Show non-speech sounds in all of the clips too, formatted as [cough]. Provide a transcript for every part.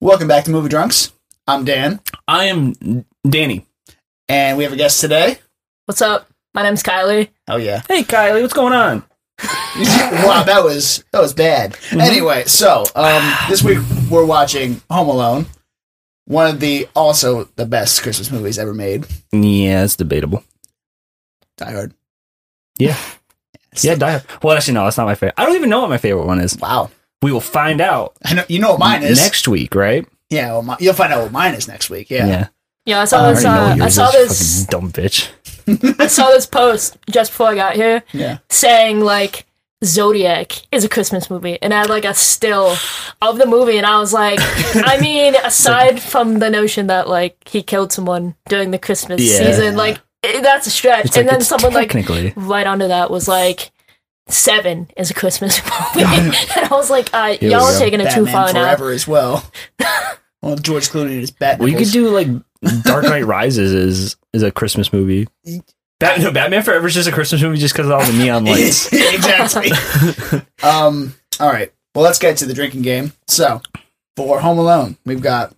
Welcome back to Movie Drunks. I'm Dan, I am Danny. and we have a guest today. What's up? My name's Kylie. Oh yeah! Hey, Kylie, what's going on? [laughs] wow, that was that was bad. Mm-hmm. Anyway, so um, this week we're watching Home Alone, one of the also the best Christmas movies ever made. Yeah, it's debatable. Die Hard. Yeah. [laughs] Yeah, die. Well, actually, no, that's not my favorite. I don't even know what my favorite one is. Wow. We will find out I know you know what mine is. next week, right? Yeah, well, mi- you'll find out what mine is next week. Yeah. Yeah, I I saw already this. know Uh, what I yours saw is, this. fucking dumb bitch. I saw this post just before I got here Yeah. saying like Zodiac is a Christmas movie, and I had like a still of the movie, and I was like, [laughs] I mean, aside from the notion that like he killed someone during the Christmas Yeah. season, like eh, that's a stretch. It's and like, then it's someone like [laughs] technically. right under that was like. Seven is a Christmas [laughs] [laughs] movie, and I was like, uh, we "Y'all are go. taking it too Batman far now." Forever as well. well, George Clooney is Batman. Well, you could do like Dark Knight Rises is is a Christmas movie. Bat- no, Batman Forever is just a Christmas movie just because of all the [laughs] neon [laughs] lights. exactly. um. All right. Well, let's get to the drinking game. So, for Home Alone, we've got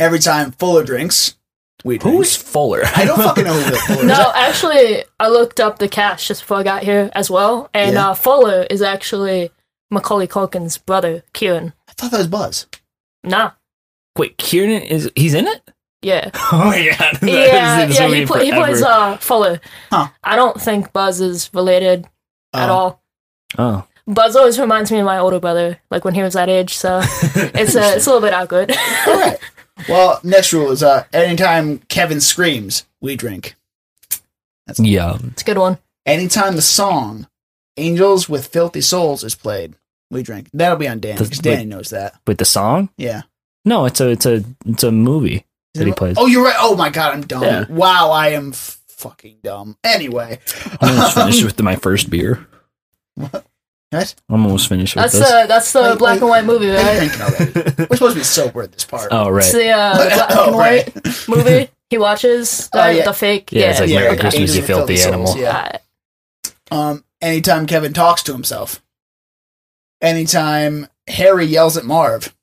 every time Fuller drinks. We drink. Who's Fuller? I don't fucking know who the Fuller is. No, actually, I looked up the cast just before I got here as well, and Yeah. uh, Fuller is actually Macaulay Culkin's brother, Kieran. I thought that was Buzz. Nah, [laughs] Wait, Kieran is he's in it? [laughs] [laughs] yeah, Oh yeah, That is yeah, in [laughs] this yeah. movie He, pla- he forever. plays uh, Fuller. Huh. I don't think Buzz is related at Oh. all. uh, Oh, Buzz always reminds me of my older brother, like when he was that age. [laughs] So it's a it's a little bit awkward. [laughs] All right. Well, next rule is uh, anytime Kevin screams, we drink. yeah. it's a good one. Anytime the song "Angels with Filthy Souls" is played, we drink. That'll be on Dan Does- because Danny knows that. With the song? Yeah. No, it's a it's a it's a movie that he plays. Oh, you're right. Oh my god, I'm dumb. Yeah. Wow, I am f- fucking dumb. Anyway, I'm almost finished with my first beer. What? I'm almost finished with That's this. the that's the Wait, black wait. and white movie, [laughs] What are you right? thinking already? We're supposed to be sober at this part. oh right. It's the uh, the black [laughs] Oh, and right. [laughs] white movie he watches. Oh, uh, yeah. The fake, Yeah, it's like Yeah, Merry okay. Christmas, Angels you with filthy filthy animal. souls, yeah. Uh, Um, anytime Kevin talks to himself. Anytime Harry yells at [laughs] Marv.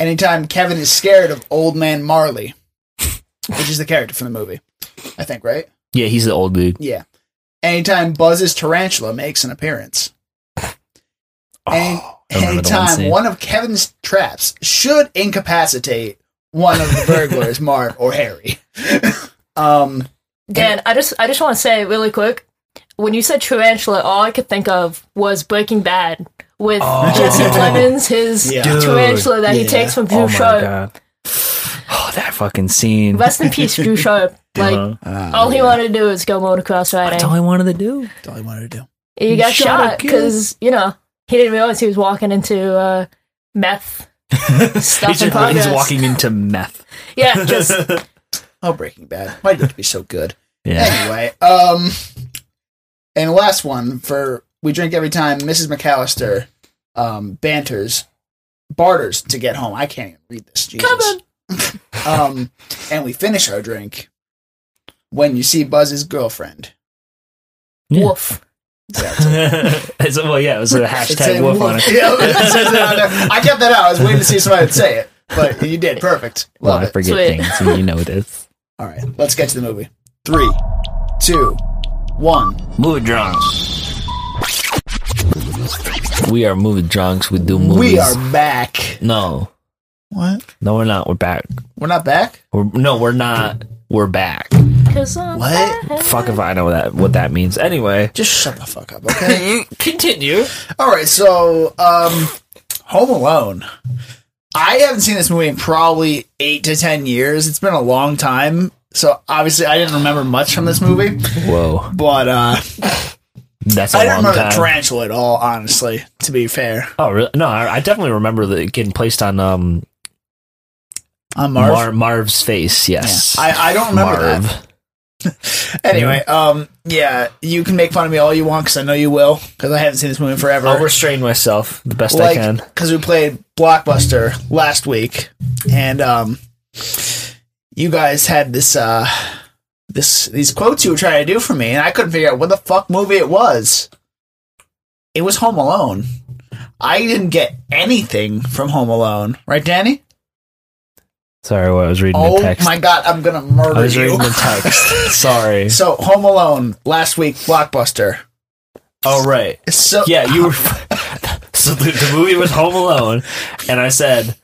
anytime Kevin is scared of old man Marley, which is the character from the movie, I think, right? Yeah, he's the old dude. Yeah. Anytime Buzz's tarantula makes an appearance. Any, Oh, I remember the one anytime scene. one of Kevin's traps should incapacitate one of the [laughs] burglars, Marv or Harry. [laughs] um, Dan, I just I just want to say really quick. When you said tarantula, all I could think of was Breaking Bad with Oh. Jesse Plemons, his Yeah. Dude. tarantula that Yeah. he takes from Drew oh my Sharp. god. Oh, that fucking scene. Rest in peace, [laughs] Drew Sharp. Like oh, Uh-huh. all he wanted to do is go motocross That's all riding. I wanted to do. That's all he wanted to do. He got Shot a shot kid. because you know he didn't realize he was walking into uh, [laughs] meth stuff. He's, in just- he's progress. walking into meth. Yeah, just Oh, Breaking Bad. Why did it be so good? [laughs] [laughs] yeah. [laughs] Anyway, um, and last one for we drink every time Mrs. McAllister um, banters, barters to get home. I can't even read this. Jesus. Kevin. [laughs] Um, and we finish our drink when you see Buzz's girlfriend. Yeah. woof. It's- well, yeah, it was a It said hashtag wolf on [laughs] it. Yeah, it says it on there. I kept that out. I was waiting to see somebody would say it, but you did. Perfect. Well, Love I it. forget Sweet. things, and you know this. All right, let's get to the movie. Three, two, one. Movie drunks. We are movie drunks. We do movies. We are back. No, What? no, we're not. We're back. We're not back. We're, no, we're not. We're back. 'Cause I'm What? back. Fuck if I know that what that means. Anyway, Just shut the fuck up, okay? [laughs] continue. All right, so um Home Alone. I haven't seen this movie in probably 8 to 10 years. It's been a long time. So obviously I didn't remember much from this movie, Whoa, but uh that's a I don't long remember time. the tarantula at all, honestly, to be fair. oh, really? No, I, I definitely remember that it getting placed on um On Marv. Marv? Marv's face. Yes, I, I don't remember that. Anyway, um yeah, you can make fun of me all you want cuz I know you will cuz I haven't seen this movie in forever. I'll restrain myself the best I can. because we played Blockbuster last week, and um, you guys had this uh, this these quotes you were trying to do for me, and I couldn't figure out what the fuck movie it was. It was Home Alone. I didn't get anything from Home Alone, right, Danny? Sorry, what, I was reading the Oh text. my god, I'm gonna murder I was you. reading the [laughs] text. Sorry. So Home Alone last week, blockbuster. Oh right. So Yeah, you were. [laughs] so the, the movie was Home Alone, and I said,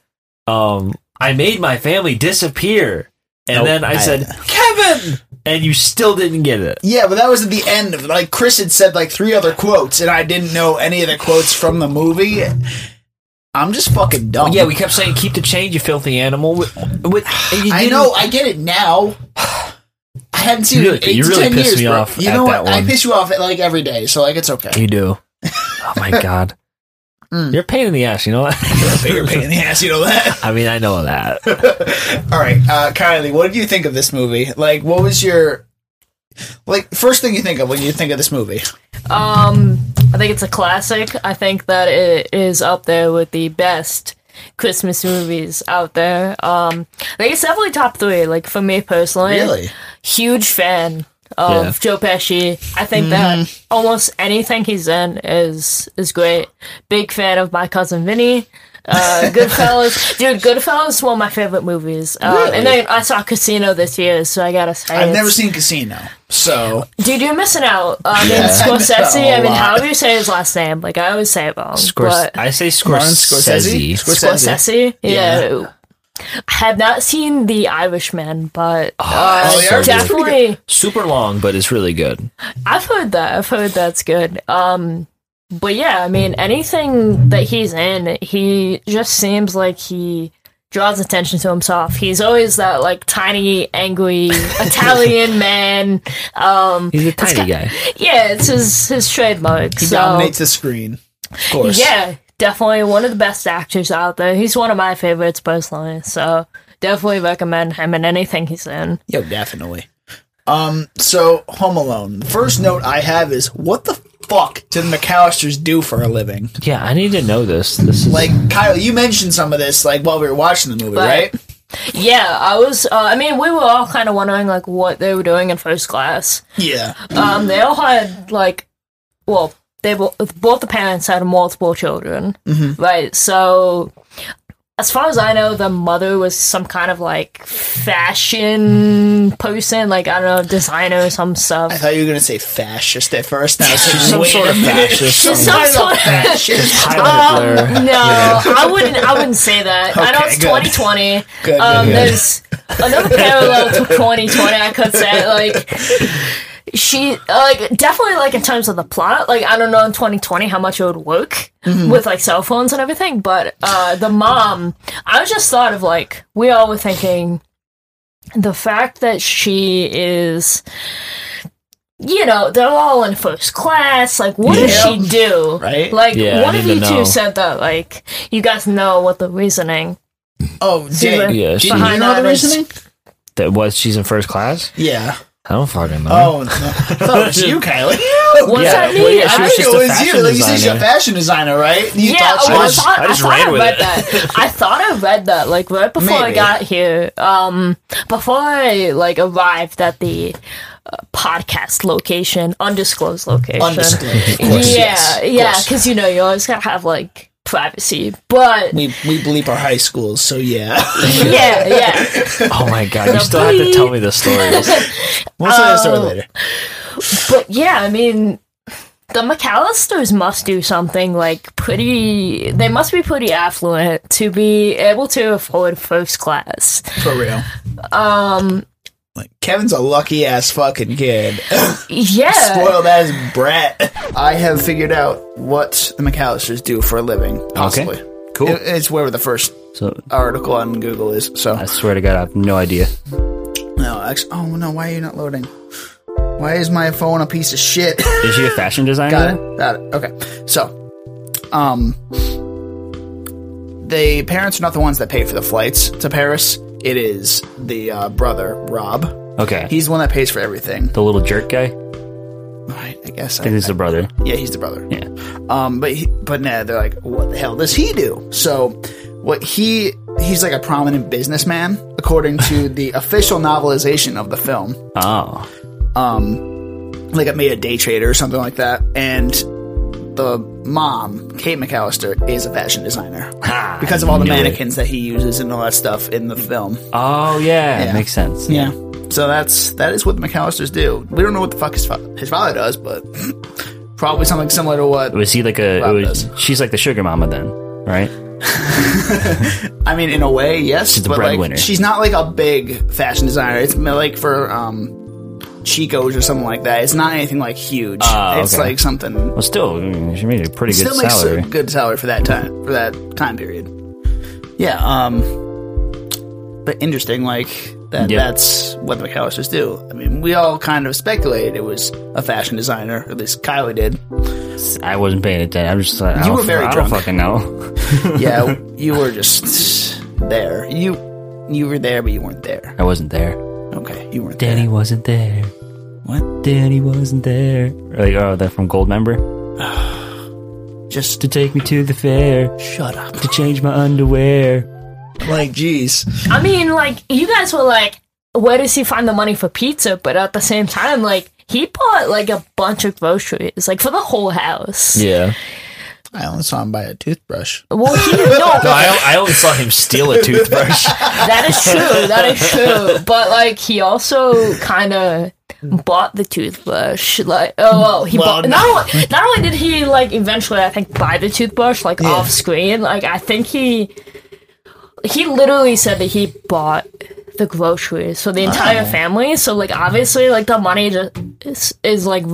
um, "I made my family disappear," and Nope, then I, I- said, "Kevin," and you still didn't get it. Yeah, but that was at the end. Of, like Chris had said, like three other quotes, and I didn't know any of the quotes from the movie. I'm just fucking dumb. Yeah, we kept saying, "Keep the change, you filthy animal." With, with, and you I didn't- know. I get it now. I hadn't seen You it in really- eight you to really ten pissed years, me bro. off You at know that what? I one. piss you off at like every day, so like it's okay. [laughs] You do. Oh [laughs] my god. Mm. You're a pain in the ass, you know what? [laughs] Bigger pain in the ass, you know that. [laughs] I mean, I know that. All right, uh, Kylie, what did you think of this movie? Like, what was your like first thing you think of when you think of this movie? Um, I think it's a classic. I think that it is up there with the best Christmas movies out there. Um, I think it's definitely top three. Like for me personally, Really? huge fan of Yeah. Joe Pesci. I think Mm-hmm. that almost anything he's in is is great. Big fan of my cousin Vinny. [laughs] Uh, Goodfellas, dude. Goodfellas is one of my favorite movies. Uh, Really? And then I saw Casino this year, so I gotta say, I've never it's- seen Casino, so Dude, you're missing out. I mean, [laughs] Yeah. Scorsese. I A mean, lot. however you say his last name, like I always say it wrong. Scors- but I say Martin Scorsese. Scorsese. Scorsese, Yeah. yeah. I have not seen The Irishman, but Oh, uh, The Irishman's pretty definitely, Super long, but it's really good. I've heard that. I've heard that's good. Um, but yeah, I mean, anything that he's in, he just seems like he draws attention to himself. He's always that like tiny, angry [laughs] Italian man. Mm. Um, He's a It's tiny guy. yeah, it's his his trademark. he so. dominates the screen. Of course. Yeah, definitely one of the best actors out there. He's one of my favorites personally, so definitely recommend him in anything he's in. Yo, definitely. Um, so Home Alone. The first note I have is what the fuck did the McAllisters do for a living? Yeah, I need to know this. This is Like Kyle, you mentioned some of this like while we were watching the movie, Right. right? Yeah, I was. Uh, I mean, we were all kind of wondering like what they were doing in first class. Yeah. Um, they all had like, well, they were, both the parents had multiple children, right? So. As far as I know, the mother was some kind of like fashion person, like I don't know, designer or some stuff. I thought you were gonna say fascist at first. Now she's some sort of fascist. She's Some some sort of- fascist. Um, Tyler Hitler. [laughs] no, I wouldn't. I wouldn't say that. I know Okay, it's good. 2020. Good, good, um, good. There's another parallel to 2020. I could say like she like definitely like in terms of the plot. Like I don't know in 2020 how much it would work Mm-hmm. with like cell phones and everything. But uh, the mom, I just thought of like we all were thinking the fact that she is. You know, they're all in first class. Like, what Yeah. does she do? Right? Like, Yeah, I one of need you to know. two said that, like, you guys know what the reasoning. Oh, did, Yeah, did she- you Behind know the that is- reasoning? that was she's in first class. Yeah. I don't fucking know. Oh, no. I thought it was you, Kylie. What's Yeah, that mean? well, yeah, she I, was it just a was fashion you. Like you said, she's a designer. fashion designer, right? You yeah, thought she well, I, was- thought, I I, just thought ran I with read it. that. I thought I read that, like, right before I Maybe. got here. Um, before I, like, arrived at the uh, podcast location, undisclosed location. undisclosed. Of yeah, course, yes, of yeah, course. because, you know, you always gotta have, like, privacy. But, [laughs] We we bleep our high schools, so yeah. [laughs] yeah, yeah. Oh my god, you still have to tell me the stories. We'll tell that story later. But yeah, I mean, the McAllisters must do something like pretty. They must be pretty affluent to be able to afford first class. For real. Um, Like Kevin's a lucky ass fucking kid. [laughs] yeah. Spoiled ass brat. I have figured out what the McAllisters do for a living. Possibly. cool. It- it's where the first So article on Google is. So I swear to God, I have no idea. no, actually, oh no, why are you not loading? Why is my phone a piece of shit? [laughs] Is she a fashion designer? Got it. Got it. Okay. So, um, the parents are not the ones that pay for the flights to Paris. It is the uh, brother Rob. Okay. He's the one that pays for everything. the little jerk guy. Right. I guess. And I, he's the brother. yeah, he's the brother. Yeah. Um, but he, but nah, they're like, what the hell does he do? So, what he he's like a prominent businessman according [laughs] to the official novelization of the film. Oh. like it made a day trader or something like that and the mom, Kate McAllister, is a fashion designer Ha, because I of all the knew it. mannequins that he uses and all that stuff in the film. Oh yeah, Yeah. makes sense. Yeah. So that's that is what the McAllisters do. We don't know what the fuck his, fa- his father does, but [laughs] probably something similar to what Was he like a? Rob It was, she's like the sugar mama then, right? I mean, in a way, yes. She's the but like, breadwinner. she's not like a big fashion designer. It's m- like for um, Chico's or something like that. It's not anything like huge. Ah, It's okay. like something. Well, still, I mean, she made a pretty good still makes salary. a good salary for that time for that time period. Yeah. Um. But interesting, like that. Yeah. That's what the McAllisters do. I mean, we all kind of speculated it was a fashion designer. At least Kylie [laughs] did. I wasn't paying attention. I'm just like, I You don't, were very I drunk. don't fucking know. Yeah, you were just there. You you were there, but you weren't there. I wasn't there. Okay, you weren't Danny wasn't there. there. What? Danny wasn't there. Like, oh, that from Goldmember. Just To take me to the fair, shut up. to change my underwear. [laughs] Like, jeez. I mean, like, you guys were like, where does he find the money for pizza? But at the same time, like, he bought like a bunch of groceries, like for the whole house. Yeah. I only saw him buy a toothbrush. Well, he no, I, I only saw him steal a toothbrush. [laughs] that is true. That is true. But like, he also kind of bought the toothbrush. Like, oh, well, he Well, bought. Not, only, not only did he like eventually, I think, buy the toothbrush like off screen. Like, I think he he literally said that he bought the groceries for the entire Uh-huh. family. So like, obviously, like the money just is, is like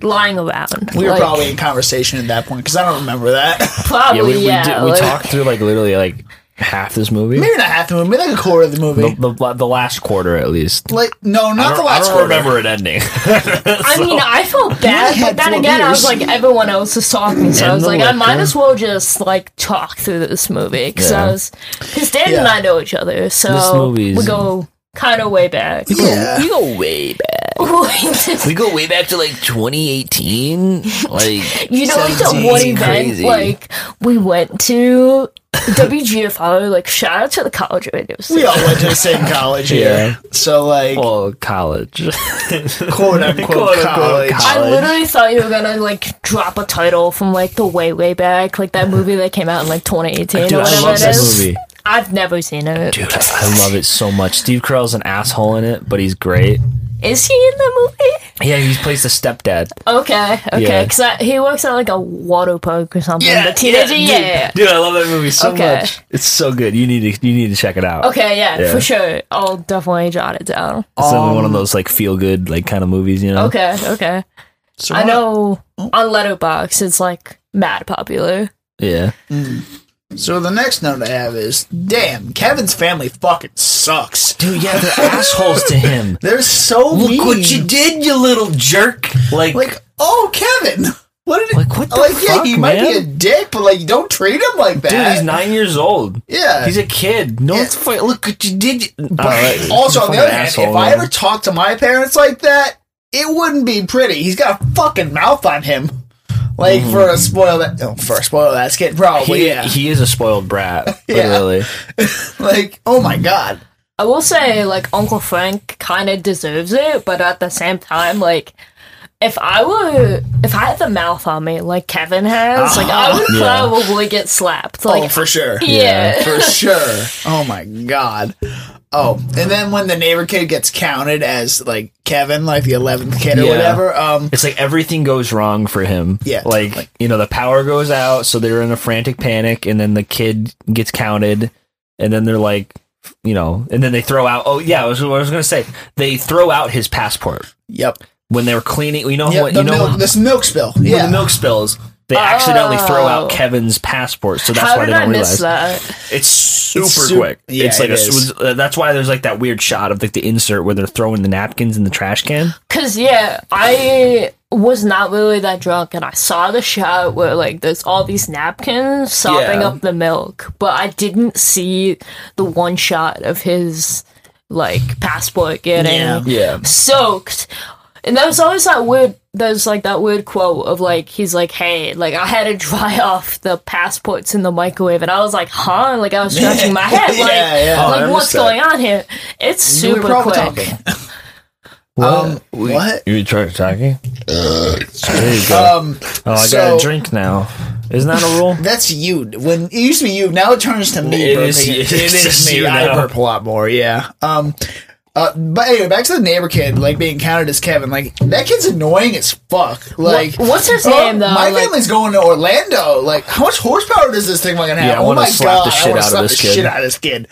lying around. We were Like, probably in conversation at that point because I don't remember [laughs] that. probably yeah, we, we, yeah, did, we like- talked through like literally like half this movie. Maybe not half the movie, maybe like a quarter of the movie. The, the, the last quarter, at least. Like, no, not the last quarter. it ending. I mean, I felt bad, had but then four again, I was beers. like, everyone else is talking, so I And was the like, I might liquor. as well just like talk through this movie because I Yeah. was because Dan Yeah. and I know each other, This so movie we is- go kind of way back. [laughs] Yeah. We go way back. We go way back to like 2018. Like you know, like the one event Crazy. like we went to WGFO. Like, shout out to the college radio. station. We all went to the same college here. So, like, well, college. quote unquote Quote, unquote, college. college. I literally thought you were gonna like drop a title from like the way way back, like that movie that came out in like 2018 or Dude, I whatever love it that is. movie. I've never seen it. Dude, I, I love it so much. Steve Carell's an asshole in it, but he's great. Is he in the movie? Yeah, he plays the stepdad. Okay, okay, Yeah. because he works at like a water park or something. Yeah, Yeah, the teenager, yeah, yeah, yeah, Dude, I love that movie so Okay. much. It's so good. You need to you need to check it out. yeah. Okay, yeah, Yeah. for sure. I'll definitely jot it down. It's um, one of those like feel good like kind of movies, you know. Okay, okay. So I what- know on Letterbox it's like mad popular. Yeah. So, the next note I have is damn, Kevin's family fucking sucks. Dude, yeah, they're assholes to [laughs] him. They're so Look mean. what you did, you little jerk! Like, Like, oh, Kevin. [laughs] What did Like, what the like, yeah, fuck, he might be man? a dick, but like, don't treat him like that. Dude, he's nine years old. Yeah. He's a kid. No one's fuck, look what you did. Oh, you- Alright. Also, on the Fucking other hand, asshole, if I man. ever talked to my parents like that, it wouldn't be pretty. He's got a fucking mouth on him. Like for a spoil that oh, for a spoil that skit, probably Mm-hmm. he, yeah. he is a spoiled [laughs] brat, Yeah. literally. like, oh my god. I will say like Uncle Frank kind of deserves it, but at the same time, like. If I were, if I had the mouth on me like Kevin has, like I would [laughs] Yeah. probably get slapped. Ah. Like, oh, for sure. yeah. For sure. Oh my god. Oh, and then when the neighbor kid gets counted as like Kevin, like the eleventh kid or Yeah. whatever, um, It's like everything goes wrong for him. Yeah. Like, Like- you know, the power goes out, so they're in a frantic panic, and then the kid gets counted, and then they're like, you know, and then they throw out. Oh yeah, I was, I was gonna say they throw out his passport yep, when they're cleaning. You know yep Oh, what? the You know milk, this milk spill. when Yeah, the milk spills. They accidentally throw Oh. out Kevin's passport, so that's how why did they I don't miss realize. that? It's super su- quick. yeah, it's like it a, is. uh, that's why there's like that weird shot of like the insert where they're throwing the napkins in the trash can. Cause yeah, I was not really that drunk, and I saw the shot where like there's all these napkins sopping Yeah. up the milk, but I didn't see the one shot of his like passport getting Yeah. Yeah. soaked. And there was always that weird, there's like that weird quote of like, he's like, hey, like I had to [laughs] dry off the passports in the microwave. And I was like, huh? And, Like I was [laughs] scratching my head. Like, Yeah, yeah. Oh, I like what's missed that. going on here? It's We were super [laughs] probably quick. talking. Um, what? You try talking? there you go. Um, oh, I so- got a drink now. Isn't that a rule? that's you. When it used to be you, now it turns to me. It burping. is- it is me. you I now. burp a lot more. Yeah. Um. Uh, but anyway, back to the neighbor kid, like being counted as Kevin. Like that kid's annoying as fuck. Like, what's his oh, name, though? My Like- family's going to Orlando. Like, how much horsepower does this thing fucking have? Yeah, I oh wanna my slap god, the shit I want out to of slap this the kid. shit out of this kid.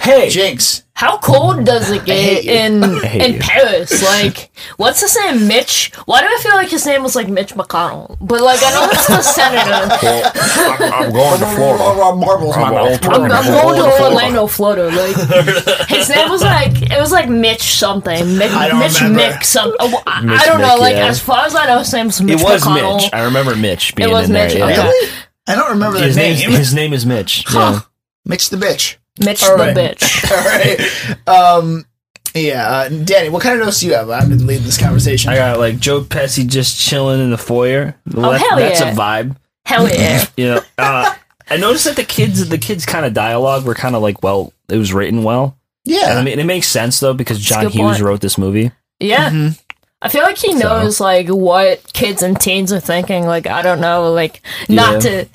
Hey, Jinx. How cold does it get you. [laughs] in hate in you. Paris? Like, what's his name? Mitch? Why do I feel like his name was like Mitch McConnell? But like, I know [laughs] that's the senator. I'm going to Florida. Marbles in my mouth. I'm, I'm going to Orlando, Florida. Like, his name was like it was like Mitch something. Mitch, I don't Mitch remember. Mick something. Oh, I, Mitch I don't know. Mick, Like, yeah. as far as I know, his name was Mitch it was McConnell. Mitch. I remember Mitch being was in there. Mitch, yeah. okay. Really? I don't remember the His, name. name, his name is Mitch. Huh. Mitch the bitch. Mitch All the right. bitch. [laughs] All right. Um, yeah, uh, Danny, what kind of notes do you have? I'm going to lead this conversation. Yeah. I got like Joe Pesci just chilling in the foyer. Oh, that, hell that's yeah. a vibe. Hell yeah. You [laughs] know, uh, I noticed that the kids, the kids' kind of dialogue were kind of like, well, it was written well. And I yeah. mean, it makes sense though because John Uh, good Hughes point. wrote this movie. Yeah. Mm-hmm. I feel like he knows like what kids and teens are thinking. Like I don't know, like not Yeah. to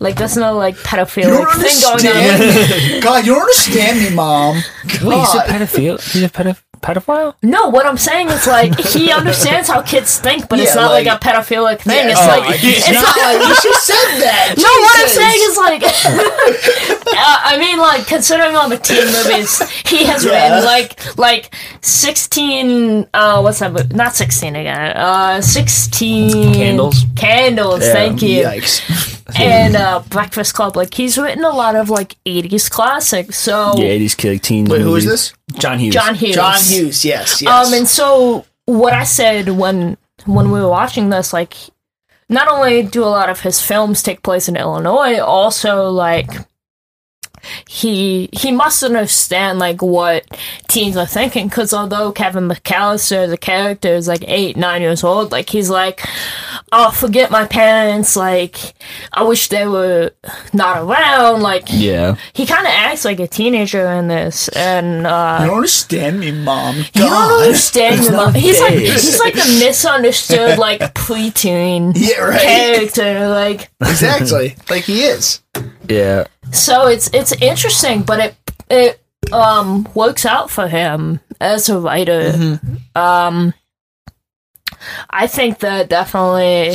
like that's no like You don't pedophilic thing going on. understand. God, you don't understand me, Mom. Wait, he's a God. pedophile. He's a pedo- pedophile. No, what I'm saying is [laughs] like he understands how kids think, but it's Yeah, not like, like- a pedophilic thing. Yeah, it's oh, like I- it's it's not like you should said that. No, what I'm Jesus. saying is like, [laughs] uh, I mean, like [laughs] considering all the teen movies he has Yeah. written, like like sixteen. Uh, what's that? Movie? Not sixteen again. Uh, sixteen Candles? Candles. Thank you. Yikes. And uh, Breakfast Club. Like he's written a lot of like eighties classics. So Yeah, eighties kid, like teens. Oh. Wait, who is movies. this? John Hughes. John Hughes. John Hughes, yes, yes. Um, and so what I said when when we were watching this, like, not only do a lot of his films take place in Illinois, also like he he must understand like what teens are thinking because although Kevin McAllister the character is like eight nine years old like he's like oh forget my parents like I wish they were not around like Yeah. he kind of acts like a teenager in this and uh you don't understand me, Mom. God. you don't understand him. He's like days. he's like the [laughs] misunderstood like preteen Yeah, right. character. Like exactly. Like he is. Yeah. so, it's it's interesting, but it it um works out for him as a writer. Um, Mm-hmm. I think that definitely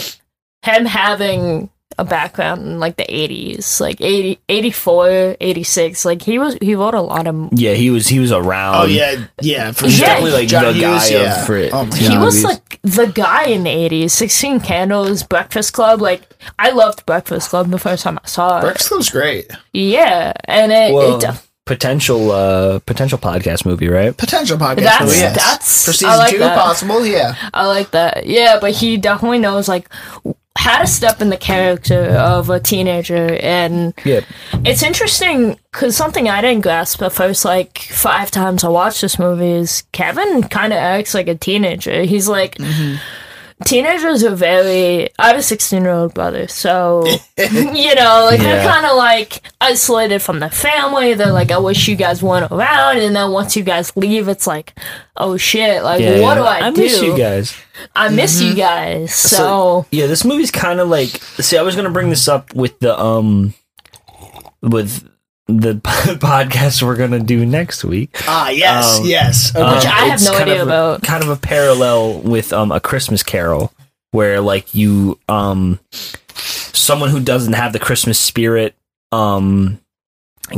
him having a background in like the 80s like 80, 84 86 like he was he wrote a lot of Yeah. He was. He was around. Oh yeah, yeah. For He's sure. Um, definitely, like, John the guy of yeah. for it. Oh my He he God. was movies. like the guy in the 80s 16 candles breakfast club like i loved breakfast club the first time i saw it Breakfast Club's great. yeah and it, Well, it def- potential. Uh, potential podcast movie, right? Potential podcast. That's- but yes. that's- for I season like two, that. possible. Yeah. i like that yeah but he definitely knows like w- how to step in the character of a teenager and Yeah. it's interesting because something i didn't grasp the first like five times i watched this movie is kevin kind of acts like a teenager he's like Mm-hmm. teenagers are very i have a 16 year old brother so [laughs] you know like they're Yeah. kind of like isolated from the family they're like i wish you guys weren't around and then once you guys leave it's like oh shit like Yeah, what yeah. do i, do miss you guys. Mm-hmm. i miss you guys so yeah, this movie's kind of like. See, I was gonna bring this up with the um, with the [laughs] podcast we're gonna do next week. Ah, yes, Um, yes. Okay. Which I have it's no kind idea of a- about. Kind of a parallel with um, a Christmas Carol, where like you um, someone who doesn't have the Christmas spirit um,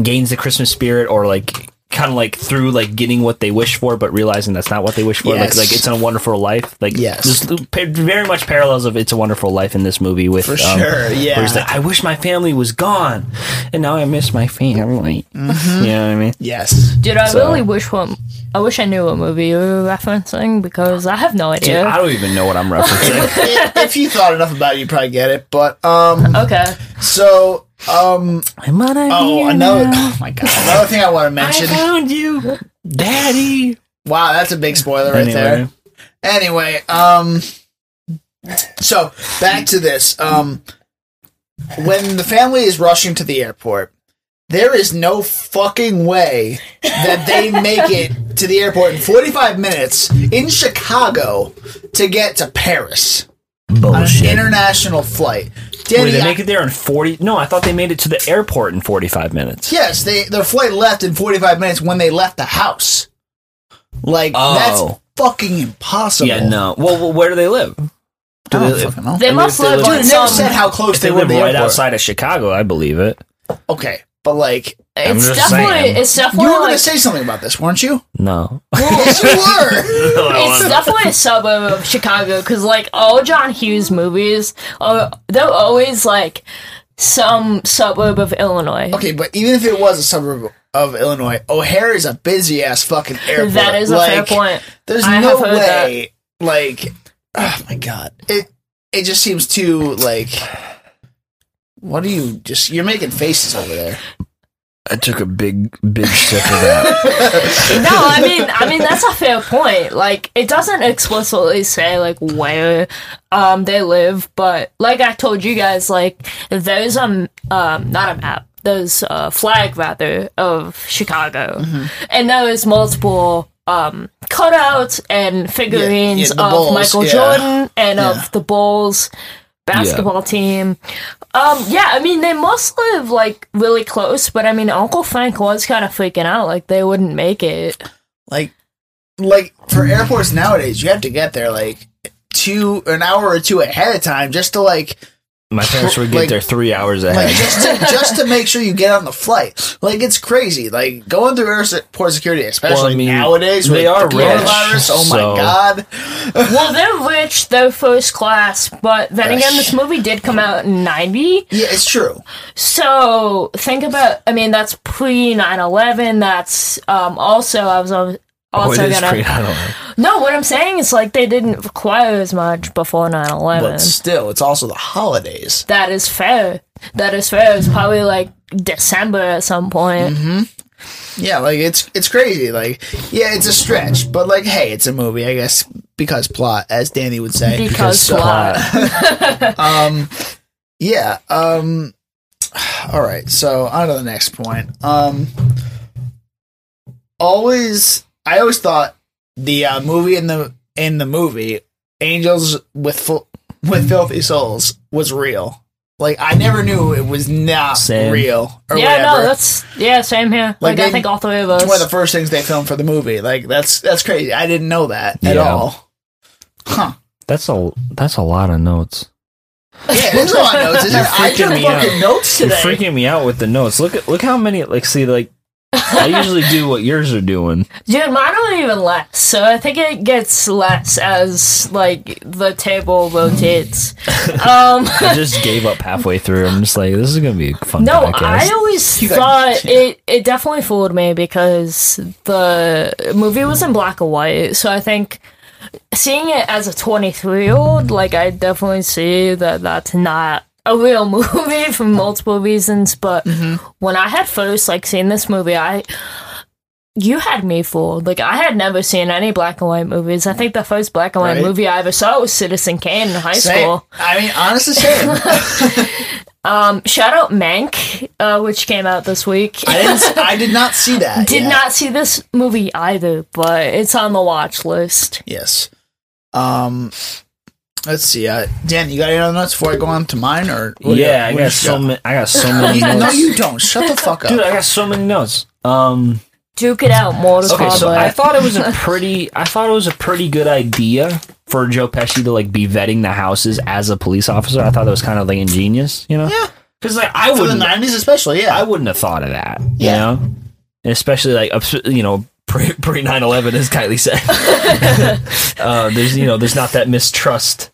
gains the Christmas spirit, or like kind of like through like getting what they wish for, but realizing that's not what they wish for. Yes. Like like it's in a Wonderful Life. Like Yes. there's pa- very much parallels of It's a Wonderful Life in this movie with For um, sure, yeah. Where he's like, I wish my family was gone, and now I miss my family. Mm-hmm. You know what I mean? yes. Dude, I So- really wish what I wish I knew what movie you were referencing because I have no idea. I don't even know what I'm referencing. if if you thought enough about it, you probably get it. But um, okay. so um, I'm on a oh, year another. now. [laughs] Oh my god, another thing I want to mention. found you, Daddy. Wow, that's a big spoiler right there. Anyway, um, so back to this. Um, when the family is rushing to the airport, there is no fucking way that they make it to the airport in 45 minutes in Chicago to get to Paris on an Bullshit. international flight. Wait, Danny, they I- make it there in 40? No, I thought they made it to the airport in 45 minutes. Yes, they their flight left in 45 minutes when they left the house. Like Oh. that's fucking impossible. Yeah, no. Well, well, where do they live? I don't they- Oh, fucking know. They mean, must if they live live- Dude, on it never some. said how close If they they, were live to the right airport. outside of Chicago, I believe it. Okay, but like I'm it's just definitely. saying. It's you definitely were going like. to say something about this, weren't you? [laughs] No. yes, [laughs] you were. it's [laughs] definitely a suburb of Chicago because, like, all John Hughes movies are they're always like some suburb of Illinois. okay, but even if it was a suburb of Illinois, O'Hare is a busy ass fucking airport. That is a fair Like, point. There's I no have heard way. Like, oh my god, it it just seems too like. What are you just? You're making faces over there. I took a big, big sip of that. No, I mean, I mean that's a fair point. Like, it doesn't explicitly say like where um they live, but like I told you guys, like there's um um not a map, there's a flag rather of Chicago, Mm-hmm. and there is multiple um cutouts and figurines the of Bulls, Michael yeah. Jordan and of the Bulls basketball team. Um, yeah, I mean, they must live like really close, but I mean, Uncle Frank was kind of freaking out, like they wouldn't make it. like like for airports nowadays you have to get there like two an hour or two ahead of time just to like [laughs] My parents would get Like- there three hours like ahead. just to just to make sure you get on the flight like it's crazy like going through airport security especially Well, I mean, nowadays they with are the rich, coronavirus oh my so- god Well, they're rich, they're first class, but then again, this movie did come out in 90, yeah it's true so think about, I mean, that's pre 9 11, that's um, also, I was al- Oh, it also is gonna. great. I don't know. No, what I'm saying is like they didn't require as much before 9 11. but still it's also the holidays That is fair. That is fair. It's probably like December at some point. yeah like it's it's crazy like yeah it's a stretch but like hey it's a movie i guess because plot as danny would say Because uh, plot. um yeah um [sighs] all right so on to the next point um always i always thought the uh, movie in the in the movie angels with Fil- with filthy souls was real like i never knew it was not Same. real or yeah, whatever no, that's yeah, same here. Like, Like, they- I think all three of us. it's one of the first things they filmed for the movie like that's that's crazy i didn't know that at Yeah. all [laughs] huh That's a that's a lot of notes. yeah there's a lot of notes Isn't there? i freaking took me fucking out. notes You're today freaking me out with the notes. Look at look how many like see like I usually do what yours are doing. Dude, mine are even less. So I think it gets less as like the table rotates. um, I just gave up halfway through. I'm just like, this is gonna be a fun no, I podcast. always You got- thought it. It definitely fooled me because the movie was in black and white. So I think seeing it as a 23 year old, like I definitely see that that's not a real [laughs] movie for multiple reasons. But Mm-hmm. when I had first like seen this movie, I you had me fooled. Like I had never seen any black and white movies. I think the first black and white Right. movie I ever saw was Citizen Kane in high Same. school. I mean, honestly, same. [laughs] Um, shout out Mank, uh, which came out this week. I didn't. I did not see that. [laughs] Did yeah. not see this movie either, but it's on the watch list. Yes. Um. Let's see. Uh, Dan, you got any other notes before I go on to mine, or what do you- yeah, what I do you got so got? many. I got so many Yeah, [laughs] no, notes. you don't. Shut the fuck up. Dude, I got so many notes. Um, Duke it out, Mortal okay, so Kombat. I thought it was a pretty. I thought it was a pretty good idea for Joe Pesci to like be vetting the houses as a police officer. I thought that was kind of like ingenious, you know? Yeah. Because like I For the wouldn't. nineties, especially. Yeah. I wouldn't have thought of that. Yeah. You know? And especially like ups- you know pre [laughs] pre 11 as Kylie said. [laughs] uh, there's you know there's not that mistrust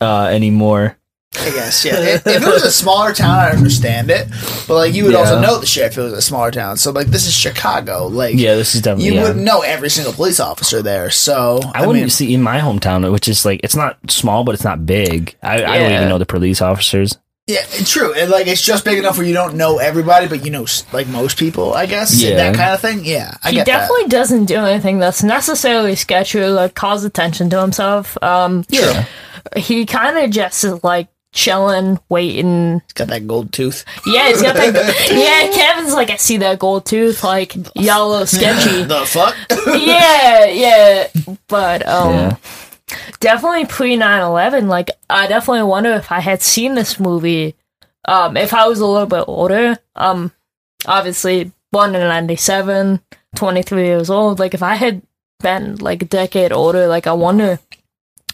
uh, anymore. I guess. Yeah. If if it was a smaller town, I understand it. But like, you would also Yeah. know the shit if it was a smaller town. So like, this is Chicago. Like, Yeah, this is definitely. you yeah. would know every single police officer there. So I wouldn't mean, see in my hometown, which is like it's not small, but it's not big. I, I don't Yeah. even know the police officers. Yeah, true. And like, it's just big enough where you don't know everybody, but you know, s- like most people, I guess. Yeah. That kind of thing. Yeah, I he get that. definitely doesn't do anything that's necessarily sketchy or like calls attention to himself. Um, Yeah. he kind of just is like chilling, waiting. got that gold tooth. Yeah, he's [laughs] got that. yeah, Kevin's like, I see that gold tooth, like y'all look sketchy. The fuck? yeah, yeah, but um, definitely pre 9-11, Like, I definitely wonder if I had seen this movie, um, if I was a little bit older. Um, obviously born in 97 23 years old like if i had been like a decade older like i wonder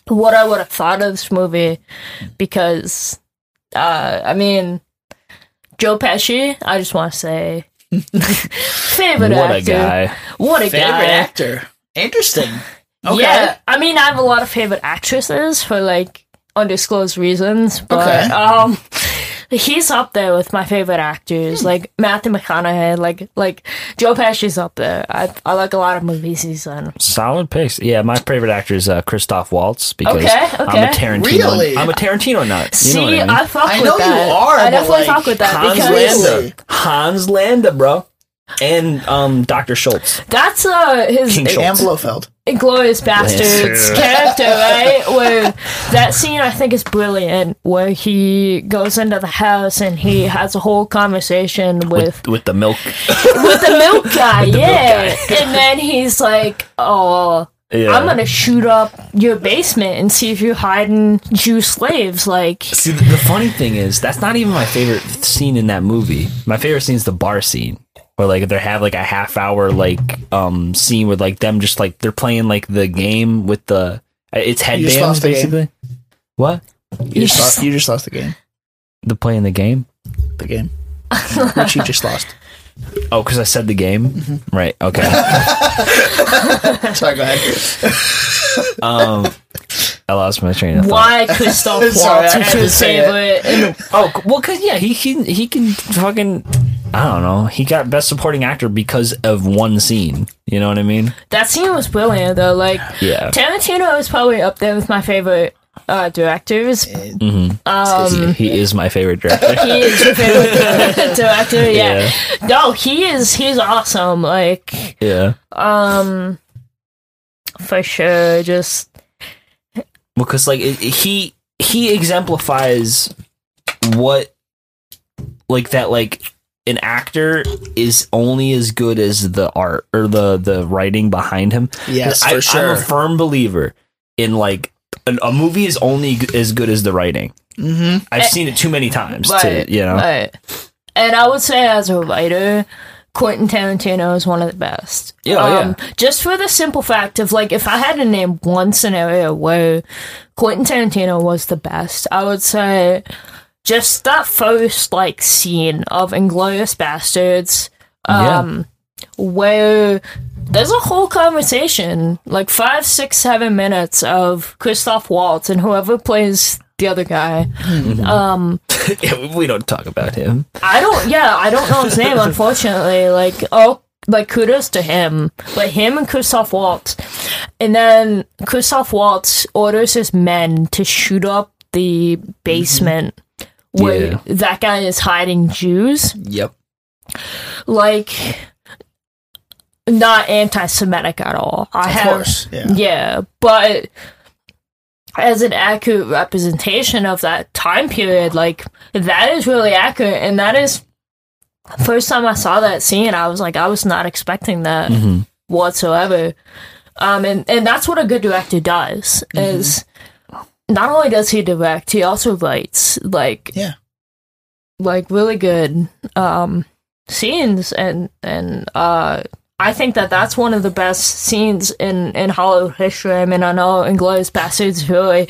what i would have thought of this movie because uh i mean joe pesci i just want to [laughs] say favorite what a actor guy. what [laughs] a Favorite guy actor. Interesting. Okay. yeah i mean i have a lot of favorite actresses for like undisclosed reasons but Okay. um he's up there with my favorite Hmm. actors, like Matthew McConaughey, like like Joe Pesci's up there. I I like a lot of movies he's in. Solid picks. Yeah, my favorite actor is uh, Christoph Waltz because Okay, I'm a okay. Tarantino. Really? I'm a Tarantino nut. You See, know what I I, mean? fuck I with know you that. are, I but, definitely like, fuck with that Hans because Landa. Hans Landa, bro. And um, Dr. Schultz. that's uh his King Schultz. And Blofeld. Inglorious Bastards character, right? Where that scene I think is brilliant, where he goes into the house and he has a whole conversation with With, with the milk. with the [laughs] milk guy, yeah. and then he's like, "Oh, Yeah. I'm gonna shoot up your basement and see if you're hiding Jew slaves." Like, See, the, the funny thing is, that's not even my favorite scene in that movie. My favorite scene is the bar scene, where like they have like a half hour like um scene with like them just like they're playing like the game with the it's headbands lost the game. basically. What You just, just- lost, you just lost the game. the playing the game? The [laughs] game. Which you just lost. Oh, because I said the game, Mm-hmm. right? Okay. Sorry, go ahead. um, I lost my train of thought. why [laughs] Christoph Sorry, I Waltz had is to his say it. favorite? And Oh c- well, cause yeah, he can he can fucking I don't know. He got best supporting actor because of one scene. You know what I mean? that scene was brilliant, though. Like, Yeah. Tarantino is probably up there with my favorite uh, directors. He- he is my favorite director. [laughs] He is [laughs] your favorite director. Yeah. Yeah. no, he is. He's awesome. Like, Yeah. um, for sure. Just because like it, it- he he exemplifies what like that like an actor is only as good as the art or the the writing behind him. Yes, I, for sure. I'm a firm believer in like an, a movie is only g- as good as the writing. mm-hmm. I've Eh, seen it too many times right, to you know. right. And I would say, as a writer, Quentin Tarantino is one of the best. Um, Yeah, Just for the simple fact of like, if I had to name one scenario where Quentin Tarantino was the best, I would say just that first like scene of Inglorious Bastards. Yeah. Um, where there's a whole conversation, like five, six, seven minutes of Christoph Waltz and whoever plays the other guy. Mm-hmm. Um, [laughs] yeah. we don't talk about him. I don't. Yeah, I don't know his [laughs] name. Unfortunately, like oh, like kudos to him. Like him and Christoph Waltz, and then Christoph Waltz orders his men to shoot up the basement where Mm-hmm. Yeah. that guy is hiding Jews. Yep. Like, not anti-Semitic at all. I Of have course. Yeah. yeah, but as an accurate representation of that time period, like that is really accurate, and that is first time I saw that scene, I was like, I was not expecting that Mm-hmm. whatsoever. Um, and and that's what a good director does Mm-hmm. is not only does he direct, he also writes like Yeah. like really good um scenes and and uh I think that that's one of the best scenes in, in Hollywood history. I mean, I know Inglourious Bastards is [laughs] really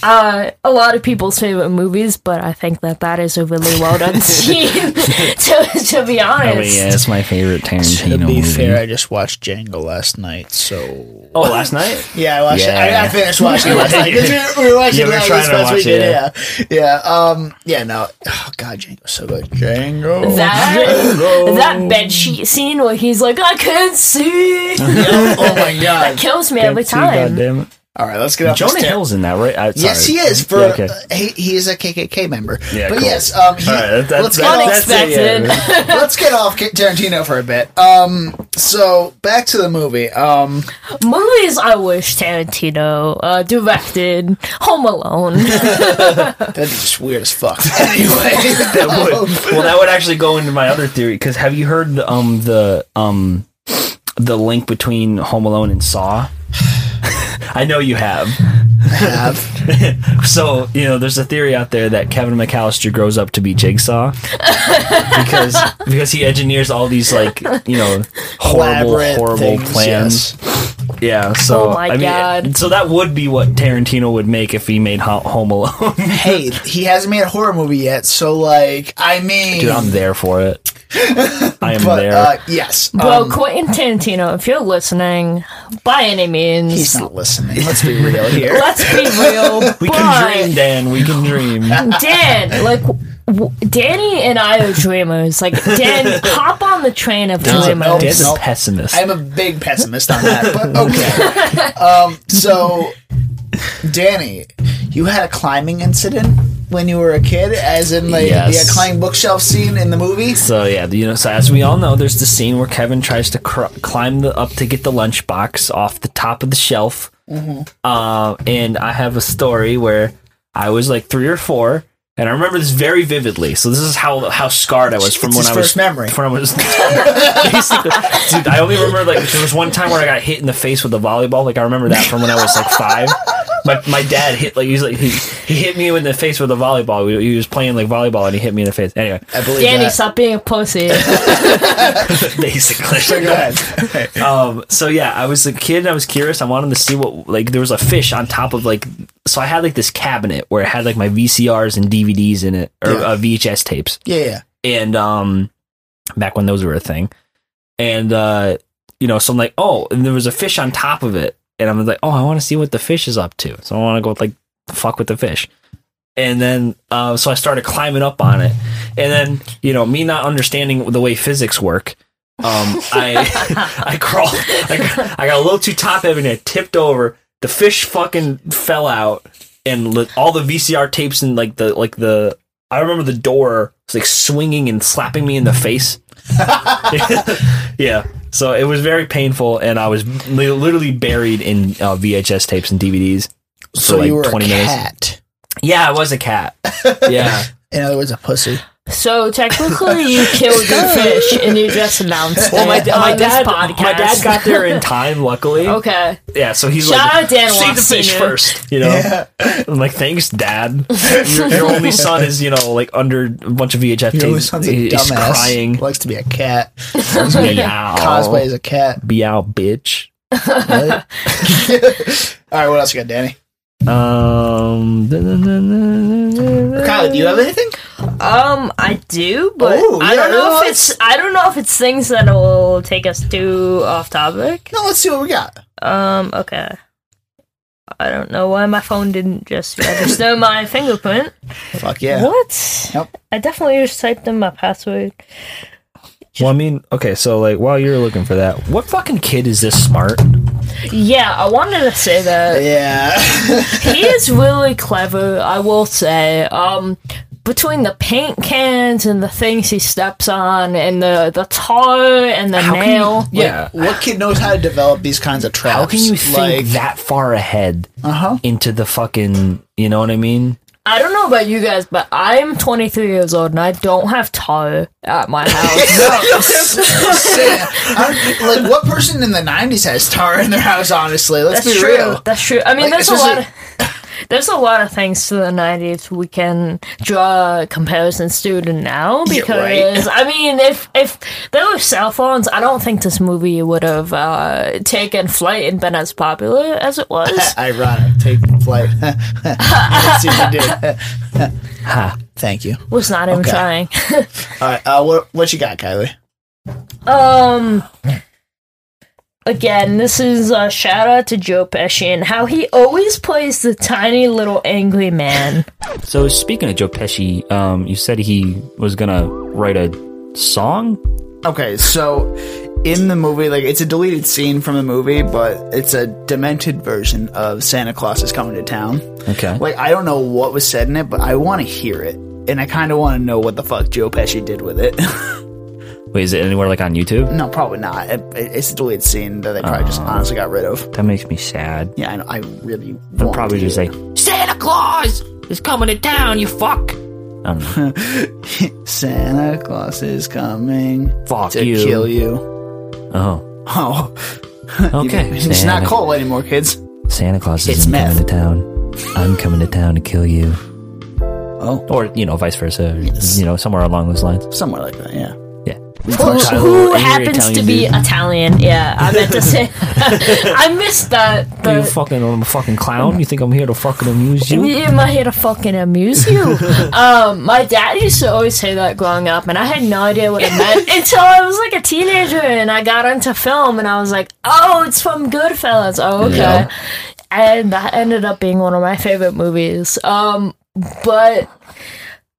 uh, a lot of people's favorite movies, but I think that that is a really well [laughs] done scene, [laughs] to, to be honest. I mean, yeah, it's my favorite Tarantino To be movie. fair, I just watched Django last night, so oh, last night. yeah, I watched. Yeah. I, I finished watching it last night 'cause [laughs] we were, we were watching Yeah, we were it trying this to past watch weekend. it, Yeah, yeah, um, yeah. No, oh, God, Django's so good. Oh, Django. That, that bed sheet scene where he's like, I can't see. [laughs] oh my God. Kills me every Can't see, time. goddammit. All right, let's get off this Jonah tip. Hill's in that, right? I, Yes, sorry. he is. For Yeah, okay. uh, he, he is a KKK member. Yeah, but cool. yes, um, he- All right, that- that's, let's get that's- off that's it, Unexpected. yeah. let's get off Ca- Tarantino for a bit. Um, so back to the movie. Um, Movies I wish Tarantino uh, directed Home [laughs] Alone. Um, that'd be just weird as fuck. [laughs] anyway, um, that would. Well, that would actually go into my other theory because have you heard the, um the um the link between Home Alone and Saw? [laughs] I know you have. have So you know, there's a theory out there that Kevin McAllister grows up to be Jigsaw [laughs] because because he engineers all these like you know horrible elaborate horrible things, plans. yes. Yeah. So Oh my I mean, God. so that would be what Tarantino would make if he made Ho- Home Alone. [laughs] Hey, he hasn't made a horror movie yet, so like, I mean, Dude, I'm there for it. I am but there. uh, yes, Bro, um, Quentin Tarantino, if you're listening, by any means, he's not listening. Let's be real uh, here. let's be real. [laughs] we can dream, Dan. We can dream. Dan, like, w- Danny and I are dreamers. Like, [laughs] Dan, hop on the train of nope, dreamers. Dan's nope. a pessimist. I'm a big pessimist on that, but okay. [laughs] Um, so, Danny, you had a climbing incident when you were a kid, as in like Yes. the uh, climbing bookshelf scene in the movie. so yeah, you know, so as we all know, there's the scene where Kevin tries to cr- climb the, up to get the lunchbox off the top of the shelf. Mm-hmm. Uh, and I have a story where I was like three or four, and I remember this very vividly. So this is how how scarred I was from It's when his I was first memory. From when I was [laughs] basically, dude, I only remember like there was one time where I got hit in the face with a volleyball. Like I remember that from when I was like five. My, my dad hit like he was like he, he hit me in the face with a volleyball. We- He was playing like volleyball and he hit me in the face. Anyway, I believe Danny, that. stop being a pussy. [laughs] basically. Go ahead. um so yeah i was a kid and i was curious i wanted to see what like there was a fish on top of like so i had like this cabinet where it had like my vcrs and dvds in it or Yeah. uh, vhs tapes Yeah, yeah. and um back when those were a thing and uh you know so i'm like oh and there was a fish on top of it and i'm like oh i want to see what the fish is up to so i want to go like fuck with the fish and then uh, so i started climbing up on it and then you know me not understanding the way physics work um i [laughs] i crawled I, got- I got a little too top heavy and i tipped over the fish fucking fell out and li- all the vcr tapes and like the like the I remember the door was like swinging and slapping me in the [laughs] face. yeah. So it was very painful, and I was li- literally buried in uh, VHS tapes and DVDs. for, So like, you were a 20 minutes. cat. Yeah, I was a cat. [laughs] Yeah. In other words, a pussy. so technically, you killed [laughs] your fish and you just announced well, my, it da- my on Oh, this dad, podcast. my dad got [laughs] there in time, luckily. Okay. Yeah, so he's Shout like, out Dan save the Watts fish Senior." first, you know. I'm like, thanks, Dad. Your, your only son is, you know, like under a bunch of VHS Your only tapes. son's a He's dumbass. crying. Likes to be a cat. [laughs] Meow. Cosplay is a cat. Meow, bitch. What? All right, what else you got, Danny? Um, Kyle, do you have anything? Um, I do, but Oh, I don't yeah, know if let's- it's I don't know if it's things that will take us too off topic. No, let's see what we got. Um, okay. I don't know why my phone didn't just register my fingerprint. Fuck yeah. What? Nope. I definitely just typed in my password. well, I mean, okay, so like while you're looking for that, what fucking kid is this smart? Yeah, I wanted to say [laughs] that Yeah. he is really clever. I will say. Um, between the paint cans and the things he steps on, and the the tar and the can nail. you, yeah, what kid knows how to develop these kinds of traps? how can you think [laughs] that far ahead Uh-huh. into the fucking? You know what I mean? I don't know about you guys, but I'm 23 years old and I don't have tar at [laughs] my house. Say- I'm- like what person in the '90s has tar in their house? Honestly, let's That's be true. real. That's true. I mean, Like, there's a especially- lot. Of, [laughs] there's a lot of things to the 90s we can draw comparisons to to now [laughs] Yeah, because right. I mean, if if there were cell phones, I don't think this movie would have uh, taken flight and been as popular as it [laughs] was. Ironic, taking flight. [laughs] Let's see what you do. Thank you. was not even Okay. trying. [laughs] All right, uh, what what you got, Kylie? Um. Again, this is a shout out to Joe Pesci and how he always plays the tiny little angry man. So speaking of Joe Pesci, um, you said he was gonna write a song. Okay, so in the movie, like it's a deleted scene from the movie, but it's a demented version of Santa Claus is coming to town. Okay. Like I don't know what was said in it, but I want to hear it, and I kind of want to know what the fuck Joe Pesci did with it. [laughs] Wait, is it anywhere like on YouTube? no, probably not. It, it- it's a deleted scene that they probably Oh. just honestly got rid of. That makes me sad. Yeah, I, know, I really. They'll want probably to just hear like, Santa Claus is coming to town, you fuck. Santa Claus is coming fuck to you. kill you. [laughs] Oh, Oh, okay. it's Santa- not coal anymore, kids. Santa Claus It's isn't meth. coming to town. I'm coming to town to kill you. Oh. Or, you know, vice versa. or, You know, somewhere along those lines. Somewhere like that, yeah. Yeah. Who, Tyler, [laughs] who angry happens to Italian be dude. Italian? Yeah, I meant to say. [laughs] I missed that. You The, fucking, I'm a fucking clown. You think I'm here to fucking amuse you? Am I here to fucking amuse [laughs] you? um, my dad used to always say that growing up, and I had no idea what it [laughs] meant until I was like a teenager and I got into film, and I was like, "Oh, it's from Goodfellas." Oh, okay. Yeah. And that ended up being one of my favorite movies. Um, but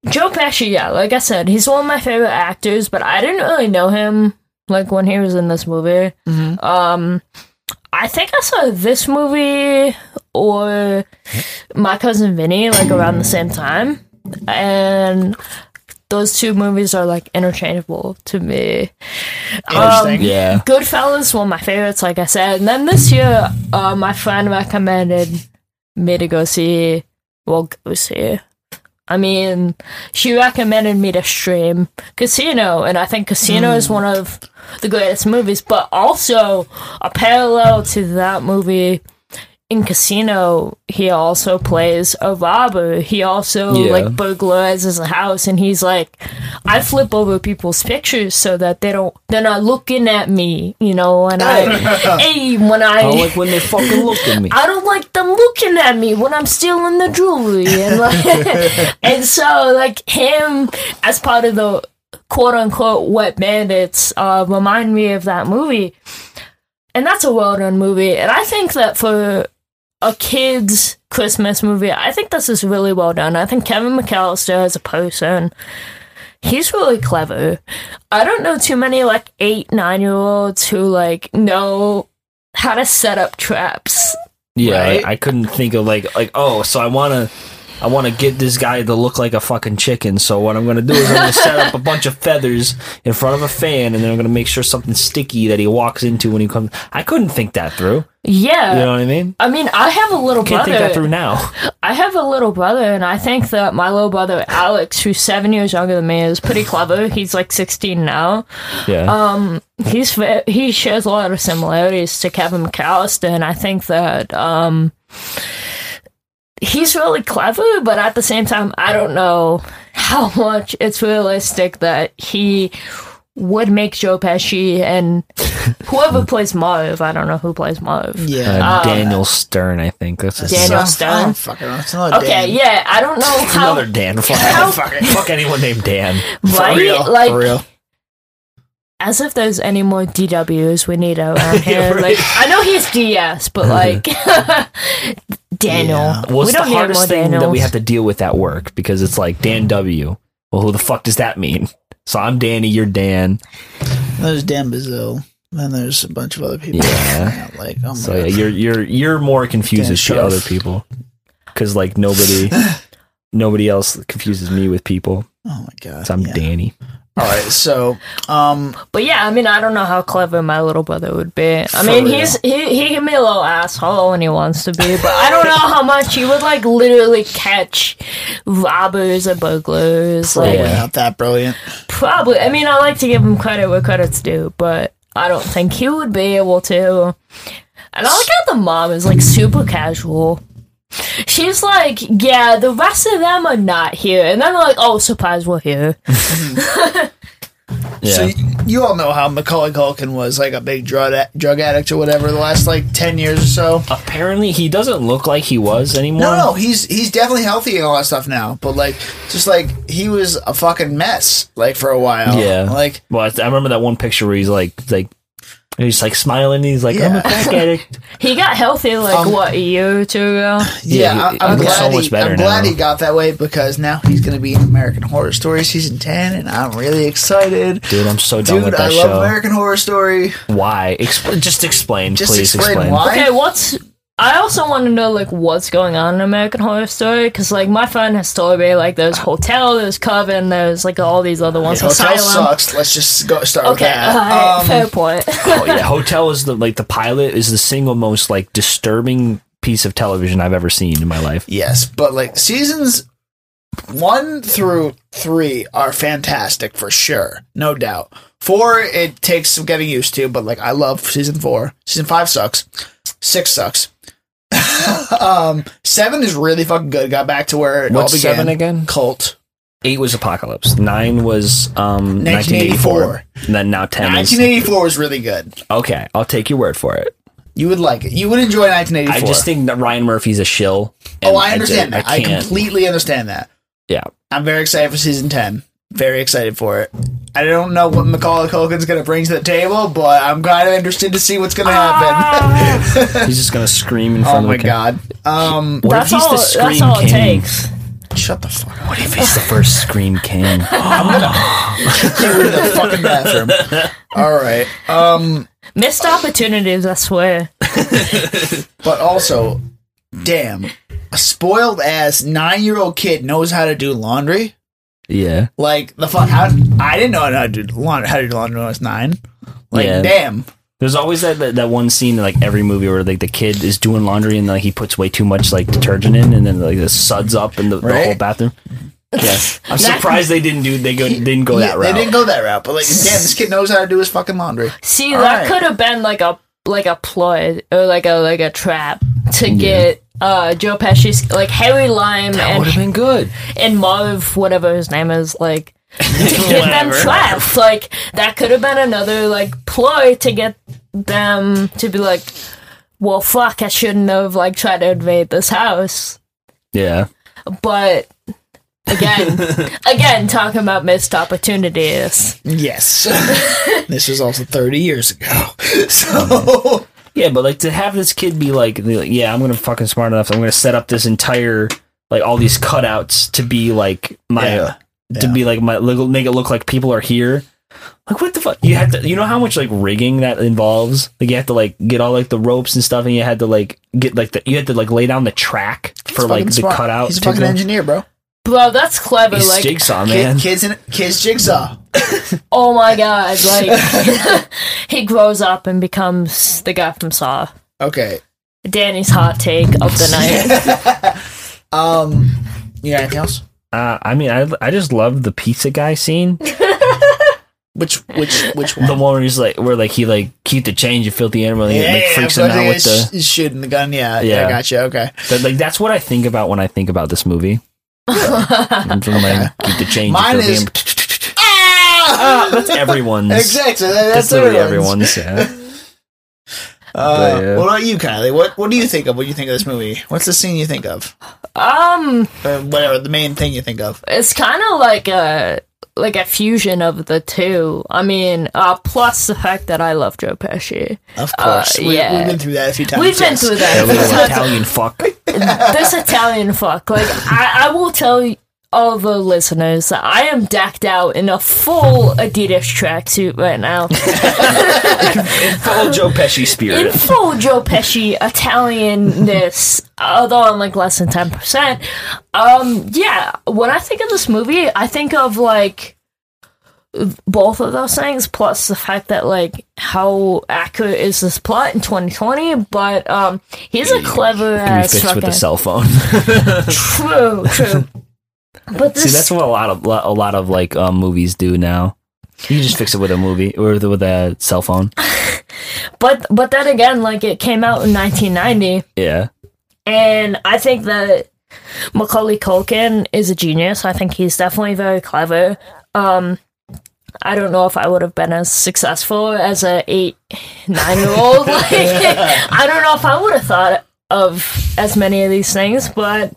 Joe Pesci, yeah, like I said, he's one of my favorite actors, but I didn't really know him like when he was in this movie. Um, I think I saw this movie or my cousin Vinny like around the same time, and those two movies are like interchangeable to me. Interesting. Yeah. Goodfellas, one of my favorites, like I said. And then this year, uh, my friend recommended me to go see, well, go see. I mean, she recommended me to stream Casino, and I think Casino is one of the greatest movies, but also a parallel to that movie. In Casino, he also plays a robber. He also Yeah. like burglarizes a house, and he's like, I flip over people's pictures so that they don't they're not looking at me, you know, and I hey, when I I Oh, like when they fucking look at me. I don't like them looking at me when I'm stealing the jewelry and like and so like him as part of the quote unquote wet bandits uh remind me of that movie. And that's a well done movie. And I think that for a kid's Christmas movie, I think this is really well done. I think Kevin McAllister as a person he's really clever. I don't know too many like eight, nine year olds who like know how to set up traps. Yeah, Right? I, I couldn't think of like like oh, so I wanna I wanna get this guy to look like a fucking chicken. So what I'm gonna do is I'm gonna set up a bunch of feathers in front of a fan, and then I'm gonna make sure something sticky that he walks into when he comes. I couldn't think that through. Yeah. You know what I mean? I mean, I have a little Can't think that brother. [laughs] through now. I have a little brother, and I think that my little brother Alex, who's seven years younger than me, is pretty clever. He's like sixteen now. Yeah, Um, He's ve- he shares a lot of similarities to Kevin McAllister, and I think that um, he's really clever. But at the same time, I don't know how much it's realistic that he would make Joe Pesci and [laughs] whoever plays Marv. I don't know who plays Marv. uh, Yeah. Daniel Stern. I think that's his Daniel Some- Stern. I don't fucking know. It's another Okay, Dan. yeah, I don't know how. another Dan. Fuck, How- fuck, anyone named Dan. [laughs] Right? real, Like, for real. as if there's any more DWs we need [laughs] around here. Yeah, right. Like, I know he's DS, [laughs] but like, [laughs] Daniel. Yeah. What's we the don't need hardest more thing Daniels. that we have to deal with at work? Because it's like Dan W. Well, who the fuck does that mean? So I'm Danny, you're Dan. There's Dan Bazil. Then there's a bunch of other people. [laughs] Yeah. like, oh my So yeah, God. you're you're you're more confused Dan as the Shuff. other people because [laughs] like nobody nobody else confuses me with people. Oh my God. So I'm yeah. Danny. All right. So, um, But yeah, I mean, I don't know how clever my little brother would be. I mean, real. he's he, he can be a little asshole when he wants to be, but I [laughs] don't know how much he would like literally catch robbers and burglars. Like, probably not that brilliant. probably. I mean, I like to give him credit where credit's due, but I don't think he would be able to. And I like how the mom is like super casual. She's like, yeah, the rest of them are not here, and then they're like, oh, surprise, we're here. Yeah. So you, you all know how Macaulay Culkin was like a big drug a- drug addict or whatever the last like ten years or so. Apparently, he doesn't look like he was anymore. No, no, he's he's definitely healthy and all that stuff now. But like, just like he was a fucking mess like for a while. Yeah. like Well, I, I remember that one picture where he's like like And he's like smiling. And he's like, I'm Yeah. a crack [laughs] addict. He got healthy like Um, what a year or two ago. Yeah, Yeah, he- I, am he glad, looks so much he, better I'm glad now. he got that way because now he's going to be in American Horror Story season 10, and I'm really excited. Dude, I'm so done Dude, with I that love show. American Horror Story. Why? Expl- just explain, Just please. explain Explain. why. Okay, what's I also want to know like what's going on in American Horror Story because like my friend has told me like there's Hotel, there's Coven, there's like all these other ones. Hotel Asylum. sucks. Let's just go start with Okay, that. alright, Um, fair point. [laughs] Oh, yeah, Hotel is the like the pilot is the single most like disturbing piece of television I've ever seen in my life. yes, but like seasons one through three are fantastic for sure, no doubt. Four, it takes some getting used to, but like I love season four. Season five sucks. Six sucks. [laughs] um, seven is really fucking good. Got back to where it What's all began. seven again? Cult. Eight was Apocalypse. Nine was um 1984. 1984. And then now ten. Is, 1984 was really good. okay, I'll take your word for it. You would like it. You would enjoy 1984. I just think that Ryan Murphy's a shill. oh, and I understand I, that. I, can't. completely understand that. [laughs] yeah. I'm very excited for season 10. Very excited for it. I don't know what Macaulay Culkin's going to bring to the table, but I'm kind of interested to see what's going to happen. He's just gonna scream in [laughs] front oh of my the ca- god. Um, What that's if he's all. the That's Scream all it King? takes. shut the fuck up. What if he's the first Scream [laughs] King? You're in the fucking bathroom. All right. Um, Missed opportunities, I swear. but also, damn, a spoiled ass nine year old kid knows how to do laundry. yeah. Like the fuck? How I didn't know how to do laundry. How to do laundry when I was nine. Like Yeah. damn. There's always that, that that one scene in like every movie where like the kid is doing laundry and like he puts way too much like detergent in and then like it suds up in the, the Right? [laughs] whole bathroom. Yeah, I'm surprised they didn't do they go didn't go Yeah, that route. They didn't go that route, but like, damn, this kid knows how to do his fucking laundry. See, All that right. could have been like a like a ploy or like a like a trap to get uh Joe Pesci's like Harry Lime Would and have been good. and Marv, whatever his name is, [laughs] like to get them trapped. Like that could have been another like ploy to get them to be like, well, fuck, I shouldn't have like tried to invade this house. Yeah, But [laughs] again, again, talking about missed opportunities. Yes, [laughs] this was also thirty years Oh, ago. [laughs] So yeah, but like to have this kid be like, the- like, yeah, I'm gonna fucking smart enough. I'm gonna set up this entire like all these cutouts to be like my Yeah. to Yeah. be like my look- make it look like people are here. Like what the fuck? You have to. You know how much like rigging that involves. Like you have to like get all like the ropes and stuff, and you had to like get like the you had to like lay down the track for like the cutout. He's a to fucking go- engineer, bro. Bro, that's clever. He's like, jigsaw man. Kid, kids in kids jigsaw. oh my god, like [laughs] he grows up and becomes the guy from Saw. Okay. Danny's hot take of the night. Um, you got anything else? Uh, I mean, I I just love the pizza guy [laughs] scene. Which which which one? [laughs] the one where he's like, where like he like keep the change, you filthy animal, and he like freaks him out with the. sh- shooting the gun. Yeah, yeah, Yeah. I gotcha. Okay, But, like that's what I think about when I think about this [laughs] movie. I'm from, like, keep the change. you Mine filthy is- [laughs] animal. Ah, that's everyone's. exactly. [laughs] That's, That's literally everyone's. everyone's. Yeah. [laughs] Uh, But, yeah. What about you, Kylie? What what do you think of when you think of this movie? What's the scene you think of? um, Or whatever the main thing you think of. it's kind of like a like a fusion of the two. I mean, uh, plus the fact that I love Joe Pesci. Of Uh, course, we, yeah. we've been through that a few times. We've been yes. through That little that. Italian [laughs] fuck. this Italian fuck. Like, I, I will tell y- all the listeners that I am decked out in a full Adidas tracksuit right now, Full Joe Pesci in spirit. full Joe Pesci Italianness. [laughs] Although I'm like less than ten percent. Um, yeah. When I think of this movie, I think of like both of those things, plus the fact that like how accurate is this plot in 2020? But um, he's a clever Can be ass fixed with a fucking. cell phone. [laughs] True, true. But this, See, that's what a lot of lo- a lot of like um, movies do now. You just fix it with a movie or with- with a cell phone. but but then again, like it came out in 1990, Yeah. and I think that Macaulay Culkin is a genius. I think he's definitely very clever. Um, I don't know if I would have been as successful as a eight, nine year old. like, [laughs] I don't know if I would have thought of as many of these things, but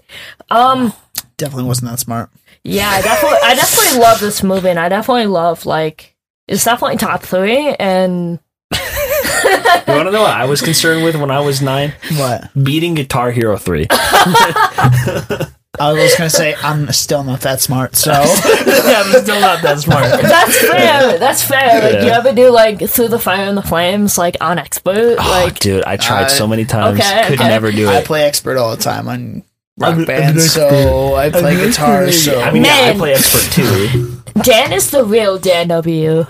um, Definitely wasn't that smart. Yeah, I definitely, I definitely love this movie, and I definitely love like it's definitely top three, and You want to know what I was concerned with when I was nine? What? Beating Guitar Hero 3. I was gonna say I'm still not that smart, [laughs] so yeah, I'm still not [laughs] [laughs] that smart. That's fair. That's fair. Like you Yeah. ever do like through the fire and the flames, like on expert, Oh, like Dude, I tried so many times. Okay, could okay. never do I it. play expert all the time on I'm- rock I'm band, an so I play guitar, so I mean, yeah, I Man. play [laughs] expert too. Dan is the real Dan W.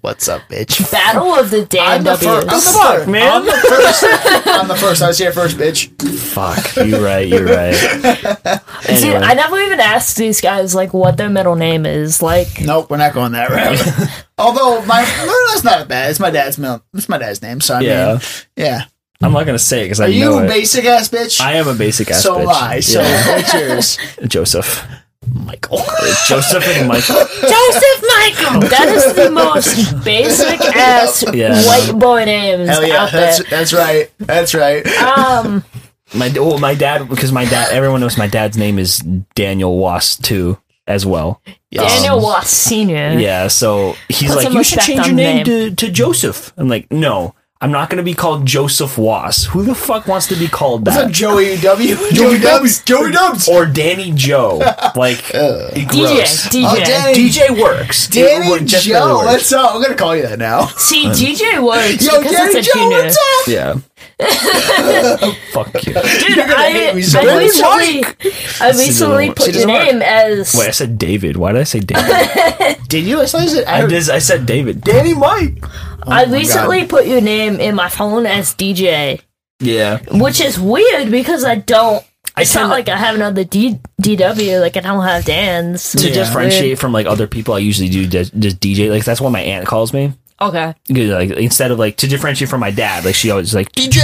what's up, bitch? Battle of the Dan I'm the, fir- I'm the W's. first, Oh, man. I'm the first. I'm the first. I was here first, bitch. Fuck, you're right. You're right. Dude, Anyway. I never even asked these guys like what their middle name is. [laughs] Like Nope, we're not going that route. Although my no, that's not bad. It's my dad's mil- It's my dad's name. So I Yeah. mean, yeah. I'm not gonna say it because I Are you know a it. basic ass bitch? I am a basic ass so bitch. am I. So Yeah. what's [laughs] yours? Joseph, Michael. [laughs] Joseph and Michael. Joseph [laughs] Michael. That is the most basic ass Yeah, I white boy names Hell yeah, out there. that's that's right. That's right. Um, My well, my dad because my dad. Everyone knows my dad's name is Daniel Wass too, as well. Daniel Wass Senior. Yeah, so he's Put like, some you should respect change on your the name, To, to Joseph. I'm like, no, I'm not gonna be called Joseph Wass. Who the fuck wants to be called What's up, that? Joey W? Joey Dubs. Joey Dubs. Or Danny [laughs] Joe, like DJ, gross. DJ. Oh, Danny- DJ [laughs] works. It Danny would definitely Joe. work. What's up? I'm gonna call you that now. [laughs] See, DJ works Um, Yo, because Danny uh, it's a Joe, junior. what's up? [laughs] Yeah. Fuck Dude, you. gonna I, hate me I so much. recently, I She doesn't recently work. put She your doesn't work. name as Wait, I said David. Why did I say [laughs] David? Did you? I thought you said I, did, I said David. Danny Mike. I recently put your name in my phone as DJ, Yeah. which is weird because I don't. I It's not tend like I have another D, DW. Like I don't have Dan's. to which is differentiate weird. from like other people, I usually do just, just DJ. Like that's what my aunt calls me. Okay. Like instead of like to differentiate from my dad, like she always like DJ,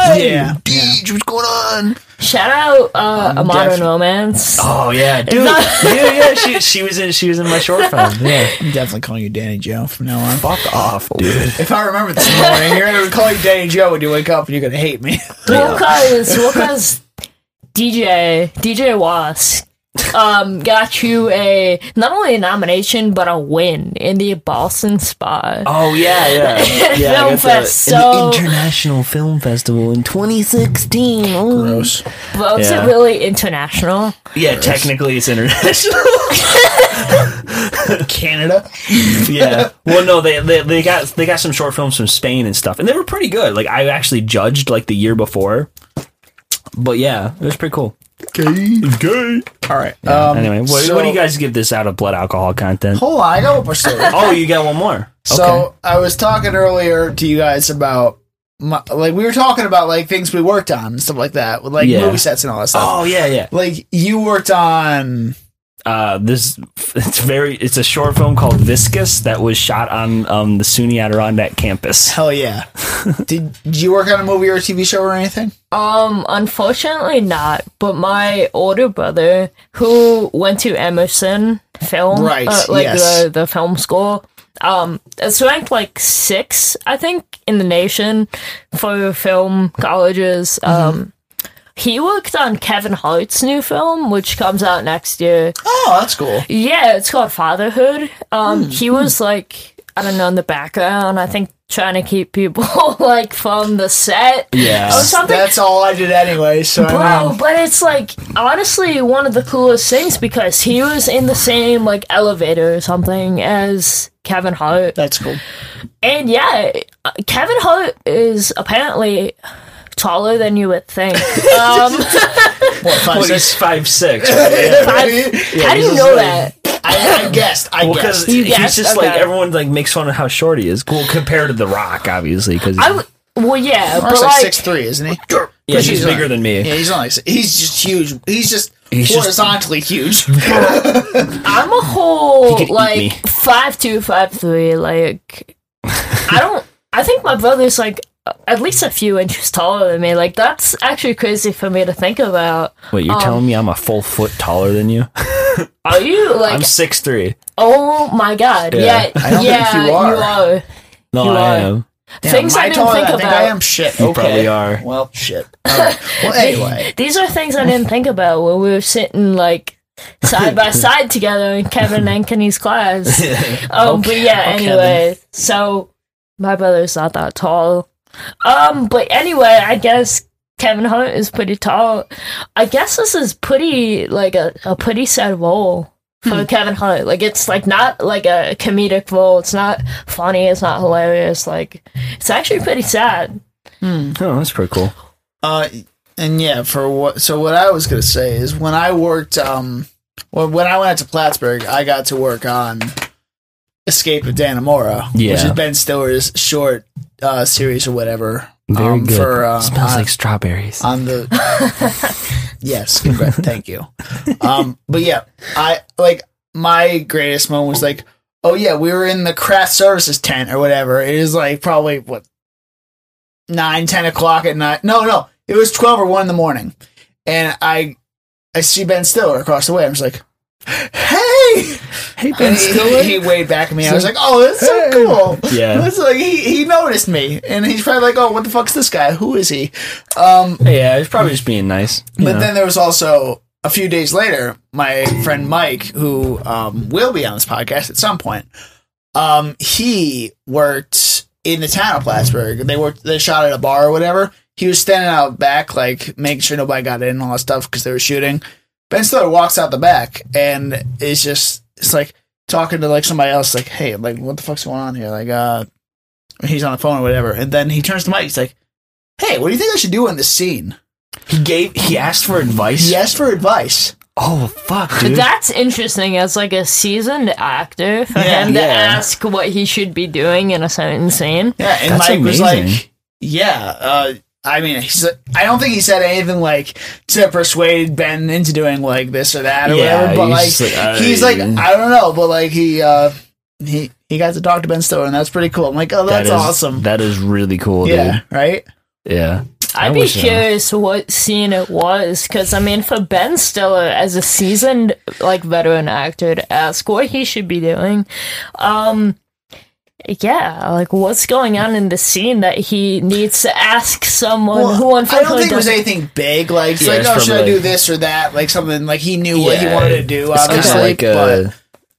Hey, yeah. Deej, what's going on? Shout out uh, A Modern def- Romance. Um, Oh yeah, dude. not- [laughs] yeah, yeah. She, she was in she was in my short film. Yeah. I'm definitely calling you Danny Joe from now on. Fuck off, dude. [laughs] If I remember this morning, you're gonna call you Danny Joe when you wake up, and you're gonna hate me. [laughs] Well, [laughs] cause, well, cause DJ DJ Wask um got you a not only a nomination but a win in the Boston spot. Oh yeah, [laughs] yeah. yeah I Film got the- fest, in the so- International Film Festival in 2016. Oh. Gross. But was Yeah. it really international? Yeah, technically it's international. [laughs] Canada. [laughs] yeah. Well, no, they, they they got they got some short films from Spain and stuff, and they were pretty good. Like I actually judged like the year before, but yeah, it was pretty cool. Okay. All right. Um, Anyway, what, so- what do you guys give this out of blood alcohol content? Hold on, I got what we're [laughs] saying. Oh, you got one more. So I was talking earlier to you guys about my, like we were talking about like things we worked on and stuff like that, with, like Yeah. movie sets and all that stuff. Oh yeah, yeah. Like you worked on Uh, this [laughs] it's very it's a short film called Viscous that was shot on um, the SUNY Adirondack campus. hell [laughs] yeah. did, did you work on a movie or a TV show or anything? Um, unfortunately not. But my older brother, who went to Emerson Film, Right, uh, like yes. the the film school, um, it's ranked like six, I think, in the nation for film colleges. Mm-hmm. Um, he worked on Kevin Hart's new film, which comes out next year. Oh, that's cool. Yeah, it's called Fatherhood. Um, Hmm, he was like I don't know in the background. I think trying to keep people [laughs] like from the set. Yeah. Or something That's all I did anyway, so I Bro, know. but it's like honestly one of the coolest things because he was in the same like elevator or something as Kevin Hart. That's cool. And yeah, uh, Kevin Hart is apparently taller than you would think. Um, What, five, Well, six? he's five [laughs] six. how do you know that? I, I guessed. I Because guessed. he's guessed? just like Okay. everyone like makes fun of how short he is. Cool compared to The Rock, obviously, because I w- well, yeah, Mark's but like like, six three, isn't he? yeah, he's he's bigger not. than me. Yeah, he's only six. He's just huge. He's just He's just- horizontally [laughs] huge. I'm a whole He could eat like me. five two, five three. Like I don't. I think my brother's like at least a few inches taller than me. Like that's actually crazy for me to think about. Wait, you're telling me I'm a full foot taller than you? Are you like? I'm six three. oh my god! Yeah. Yeah, I don't think yeah, you are. are. No, You I are. am. Damn, Things am I didn't taller think than I think about. I am shit. You okay. probably are. [laughs] Well, shit. All right. [laughs] Well, anyway. These are things I didn't think about when we were sitting like side [laughs] by side together in Kevin and Kenny's class. Um, but yeah, Okay, anyway, so My brother's not that tall. Um, but anyway, I guess Kevin Hunt is pretty tall. I guess this is pretty like a, a pretty sad role for Kevin Hunt. Like it's like not like a comedic role. It's not funny, it's not hilarious, like it's actually pretty sad. Oh, that's pretty cool. Uh, and yeah, for what? So what I was gonna say is when I worked, um, well, when I went out to Plattsburgh, I got to work on Escape of Danamora, which Yeah. is Ben Stiller's short uh, series or whatever. Very um, good. For uh, Smells on, like strawberries. on the [laughs] yes, congrats, thank you. Um, but yeah, I like my greatest moment was like, oh yeah, we were in the craft services tent or whatever. It is like probably what nine, ten o'clock at night. No, no, it was twelve or one in the morning, and I I see Ben Stiller across the way. I'm just like. Hey, Hey, and he, he waved back at me. I was like, "Oh, that's so cool!" Yeah. It's like he, he noticed me, and he's probably like, "Oh, what the fuck's this guy? Who is he?" Um, Yeah, he's probably just being nice. you but know. then there was also a few days later, my friend Mike, who um, will be on this podcast at some point, um, he worked in the town of Plattsburgh. They worked, they shot at a bar or whatever. He was standing out back, like making sure nobody got in and all that stuff because they were shooting. Ben Stiller walks out the back and it's just, it's like talking to like somebody else, like, hey, like, what the fuck's going on here? Like, uh, he's on the phone or whatever. And then he turns to Mike, he's like, hey, what do you think I should do in this scene? he gave he asked for advice. He asked for advice. Oh fuck, But dude. that's interesting as like a seasoned actor for Yeah. him to Yeah. ask what he should be doing in a certain scene. Yeah, and That's Mike was amazing. like, "Yeah." Uh, I mean, he's. like- I don't think he said anything like to persuade Ben into doing like this or that or Yeah, whatever. But he's like, just like, he's like, "I- I don't know, but like he uh, he he got to talk to Ben Stiller, and that's pretty cool. I'm like, oh, That that's is- awesome. That is really cool, yeah, right. dude. Yeah. I I'd be wish uh, I- curious what scene it was, because I mean, for Ben Stiller as a seasoned like veteran actor to ask what he should be doing, um, yeah, like what's going on in the scene that he needs to ask someone who I don't unfortunately think it was doesn't- anything big. Like, it's Yeah, like, it's oh, should I probably- do this or that? Like something like he knew what he wanted to do. It's kind of Obviously, like uh, but a,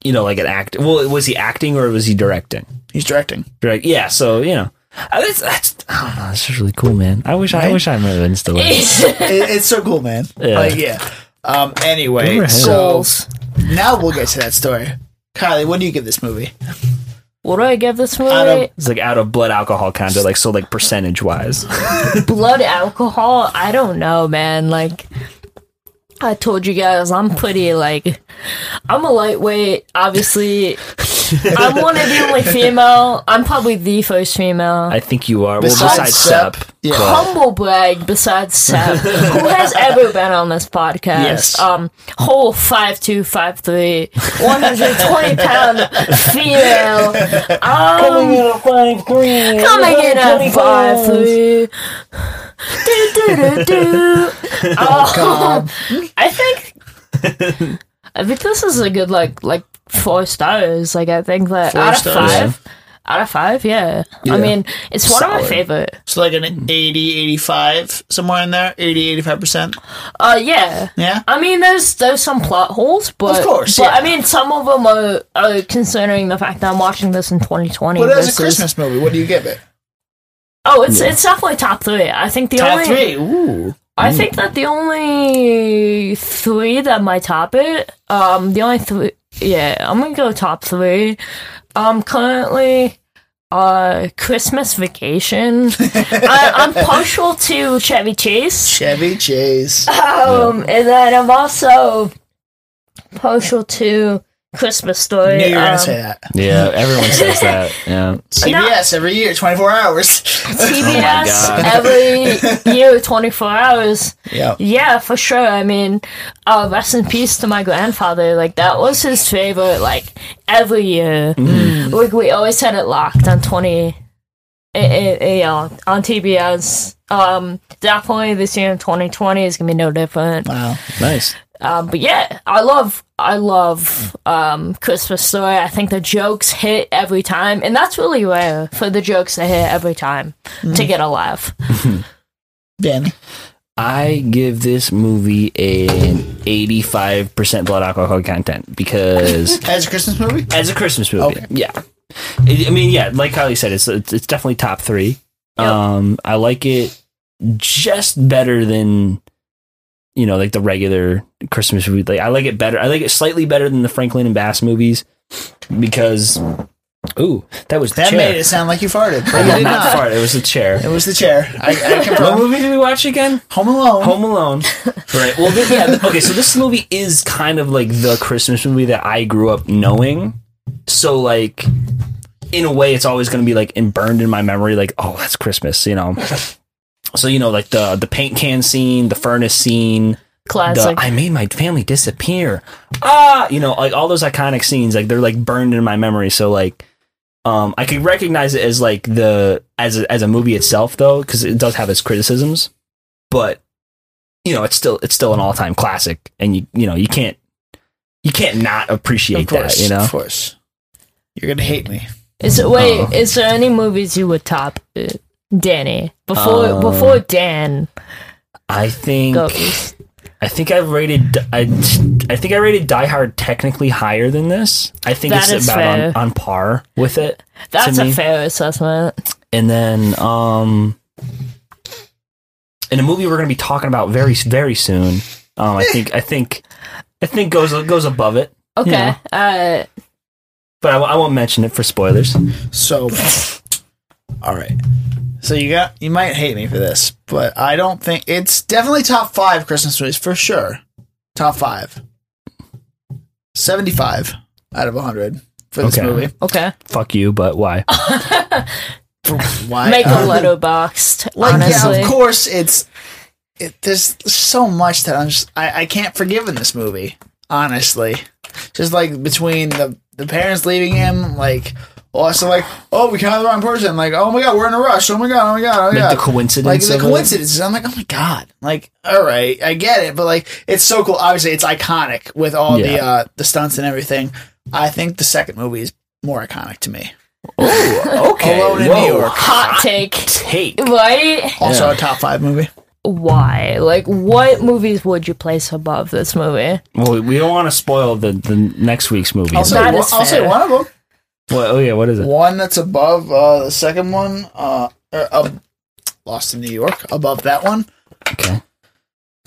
you know, like an act. Well, was he acting or was he directing? he's directing. Direct. Yeah. So you know, I, that's, that's I don't know. That's just really cool, man. I wish I wish I might have been still. in. [laughs] it, it's so cool, man. Yeah. Like, yeah. Um. Anyway, Overhead. so now we'll get to that story. Kylie, what do you give this movie? [laughs] What do I give this don't- movie? It's like out of blood alcohol content, like so like percentage wise. Blood alcohol? I don't know, man. Like, I told you guys, I'm pretty, like, I'm a lightweight. Obviously, I'm one of the only female. I'm probably the first female. I think you are. well, Besides besides Sep, Sep, yeah. but- humble brag besides Seth, who has ever been on this podcast. Yes. Um, whole 5'2", 5'3", 120 pound female. Um, coming in at 5'3". Coming in at 5'3". do, [laughs] do, do, do. Oh, Um, I think, I think this is a good, like, like, four stars. Like, I think that out of stars. five, out of five, yeah. I mean, it's one of my Solid. favorite. So like an 80, 85, somewhere in there, 80, 85%. Uh, yeah. Yeah. I mean, there's there's some plot holes, but Of course, but yeah. I mean, some of them are, are considering the fact that I'm watching this in 2020. But as a versus- Christmas movie, what do you give it? Oh, it's it's definitely top three. I think the Top only three. Mm. Ooh. I think that the only three that might top it. Um, the only three. Yeah, I'm gonna go top three. Um, currently, uh, [laughs] Christmas Vacation. I, I'm partial to Chevy Chase. Chevy Chase. Um, and then I'm also partial to Christmas I Story. knew you were going um, to [laughs] say that. yeah, everyone says that. [laughs] Yeah. CBS every year, 24 hours. [laughs] TBS every year, 24 hours. yeah. Yeah, for sure. I mean, uh, rest in peace to my grandfather. Like, that was his favorite, like, every year. Like, we always had it locked on 20, eh, eh, eh, yeah, on TBS. Um, definitely this year in 2020 is going to be no different. Wow. Nice. Um, but yeah, I love I love um, Christmas Story. I think the jokes hit every time, and that's really rare for the jokes to hit every time to get a laugh. Danny. I give this movie an eighty-five percent blood alcohol content because As a Christmas movie? as a Christmas movie, Okay. yeah, I I mean, yeah, like Kylie said, it's it's, it's definitely top three. Yep. Um, I like it just better than you know, like the regular Christmas movie. Like I like it better. I like it slightly better than the Franklin and Bass movies because ooh, that was the That chair. made it sound like you farted, I but you did did [laughs] not not. fart. It was the chair. It was the chair. I, I [laughs] What confirm. movie did we watch again? Home Alone. Home Alone. right. Well, th- yeah. Okay, so this movie is kind of like the Christmas movie that I grew up knowing. So, like, in a way, it's always going to be like in burned in my memory. Like, oh, that's Christmas, you know. So you know, like the the paint can scene, the furnace scene, the Classic. I made my family disappear. Ah, you know, like all those iconic scenes, like they're like burned in my memory. So like, um, I could recognize it as like the as a, as a movie itself though, because it does have its criticisms, but you know, it's still it's still an all time classic, and you you know you can't you can't not appreciate that. You know, Of course. You're gonna hate me. is it, wait, Oh. is there any movies you would top, uh, Danny? Before Um, before Dan I think goes. I think I've rated I, I think I rated Die Hard technically higher than this. I think That it's is about on, fair. on par with it. That's me- a fair assessment. And then um in a movie we're going to be talking about very very soon. Um I think I think I think goes goes above it, Okay. Yeah. Uh, but I, w- I won't mention it for spoilers. So, all right. So you got you might hate me for this, but I don't think it's definitely top five Christmas movies for sure. Top five. Seventy-five out of hundred for this Okay. movie. okay. Fuck you, [laughs] but why? For why? Make a uh, letterboxed, Like honestly. yeah, of course it's. It, there's so much that I'm just I, I can't forgive in this movie. Honestly, just like between the the parents leaving him, like also like oh we found the wrong person, like oh my god we're in a rush, oh my god, oh my god, oh my Like god, the coincidence like the of it? coincidences. I'm like, oh my god, like all right, I get it, but like it's so cool. Obviously, it's iconic with all the Yeah. uh the stunts and everything. I think the second movie is more iconic to me. Oh, [laughs] okay. Alone in New York. Hot take. Take. Right? Also, Yeah. a top five movie. Why? Like, what movies would you place above this movie? Well, we don't want to spoil the, the next week's movie. I'll say, That one, is I'll say fair. one of them. What- oh yeah, what is it? One that's above uh, the second one, uh, or, uh, Lost in New York, above that one. Okay.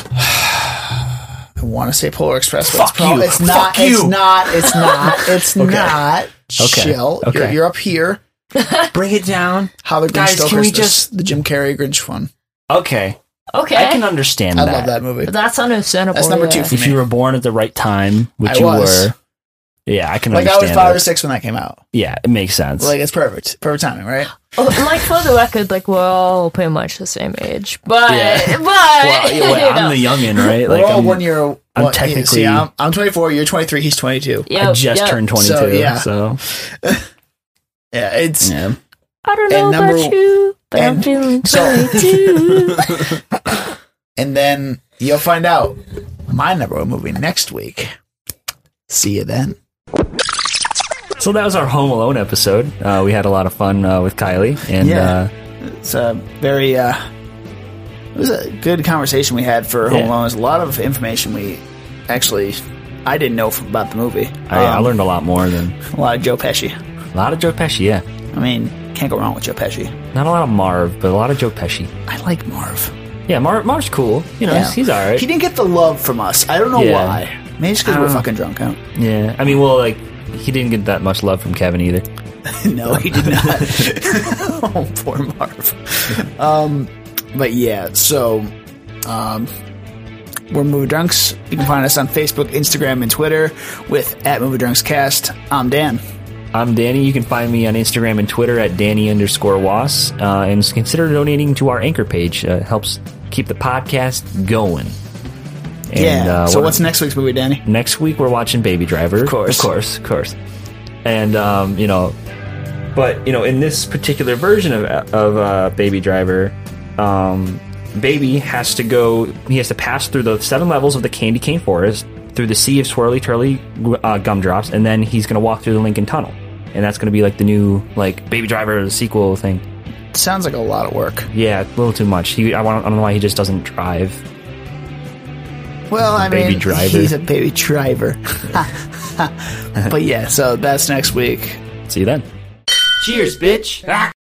I want to say Polar Express, but Fuck it's, prob- you. it's not. Fuck It's you. not. It's not. [laughs] It's Okay. not. Okay. Chill. You're, Okay. you're up here. Bring it down. How the Grinch Guys, Stole can we Christmas, just- the Jim Carrey Grinch one? Okay. Okay. I can understand I that. love that movie. That's understandable. That's number two yeah. for If me. you were born at the right time, which I you was. were, yeah, I can Like I was understand. five or it. six when that came out. Yeah, it makes sense. Like it's perfect, perfect timing, right? Oh, like, for the record, like, we're all pretty much the same age. But, [laughs] Yeah. but, [laughs] well, yeah, well, I'm the youngin, right? Like We're all I'm, one year. Well, I'm yeah, technically- See, I'm, I'm 24. You're 23. He's 22. Yep, I just yep. turned 22, So, so, yeah. Yeah, it's yeah. I don't and know number- about you, but I'm and- [laughs] feeling so- 22. and then you'll find out my number one movie next week. See you then. So that was our Home Alone episode. Uh, we had a lot of fun uh, with Kylie, and uh, Yeah. yeah. It's a very uh, it was a good conversation we had for Home Yeah. Alone. There's a lot of information we actually I didn't know f- about the movie. uh, I, I Um, learned a lot more than a lot of Joe Pesci. a lot of Joe Pesci. Yeah, I mean, can't go wrong with Joe Pesci. not a lot of Marv, but a lot of Joe Pesci. I like Marv. Yeah, Marv, Marv's cool. You know, he's, he's all right. He didn't get the love from us. I don't know Yeah. why. Maybe it's because we're fucking drunk. Huh? yeah, I mean, well, like he didn't get that much love from Kevin either. no, he did not. [laughs] oh, poor Marv. Um, but yeah, so um, we're Movie Drunks. You can find us on Facebook, Instagram, and Twitter with at Movie Drunks Cast. I'm Dan. I'm Danny. You can find me on Instagram and Twitter at Danny underscore Was. Uh, and consider donating to our anchor page. Uh, it helps keep the podcast going. And, yeah. uh, so what- what's next week's movie, Danny? next week? We're watching Baby Driver. Of course. Of course. Of course. And, um, you know, but, you know, in this particular version of, of uh, Baby Driver, um, Baby has to go, he has to pass through the seven levels of the candy cane forest, through the sea of swirly twirly uh, gumdrops, and then he's going to walk through the Lincoln Tunnel. And that's going to be like the new, like, Baby Driver sequel thing. Sounds like a lot of work. Yeah, a little too much. He, I, want, I don't know why he just doesn't drive. Well, I Baby mean, driver. he's a [laughs] baby driver. but yeah, so that's next week. See you then. Cheers, bitch.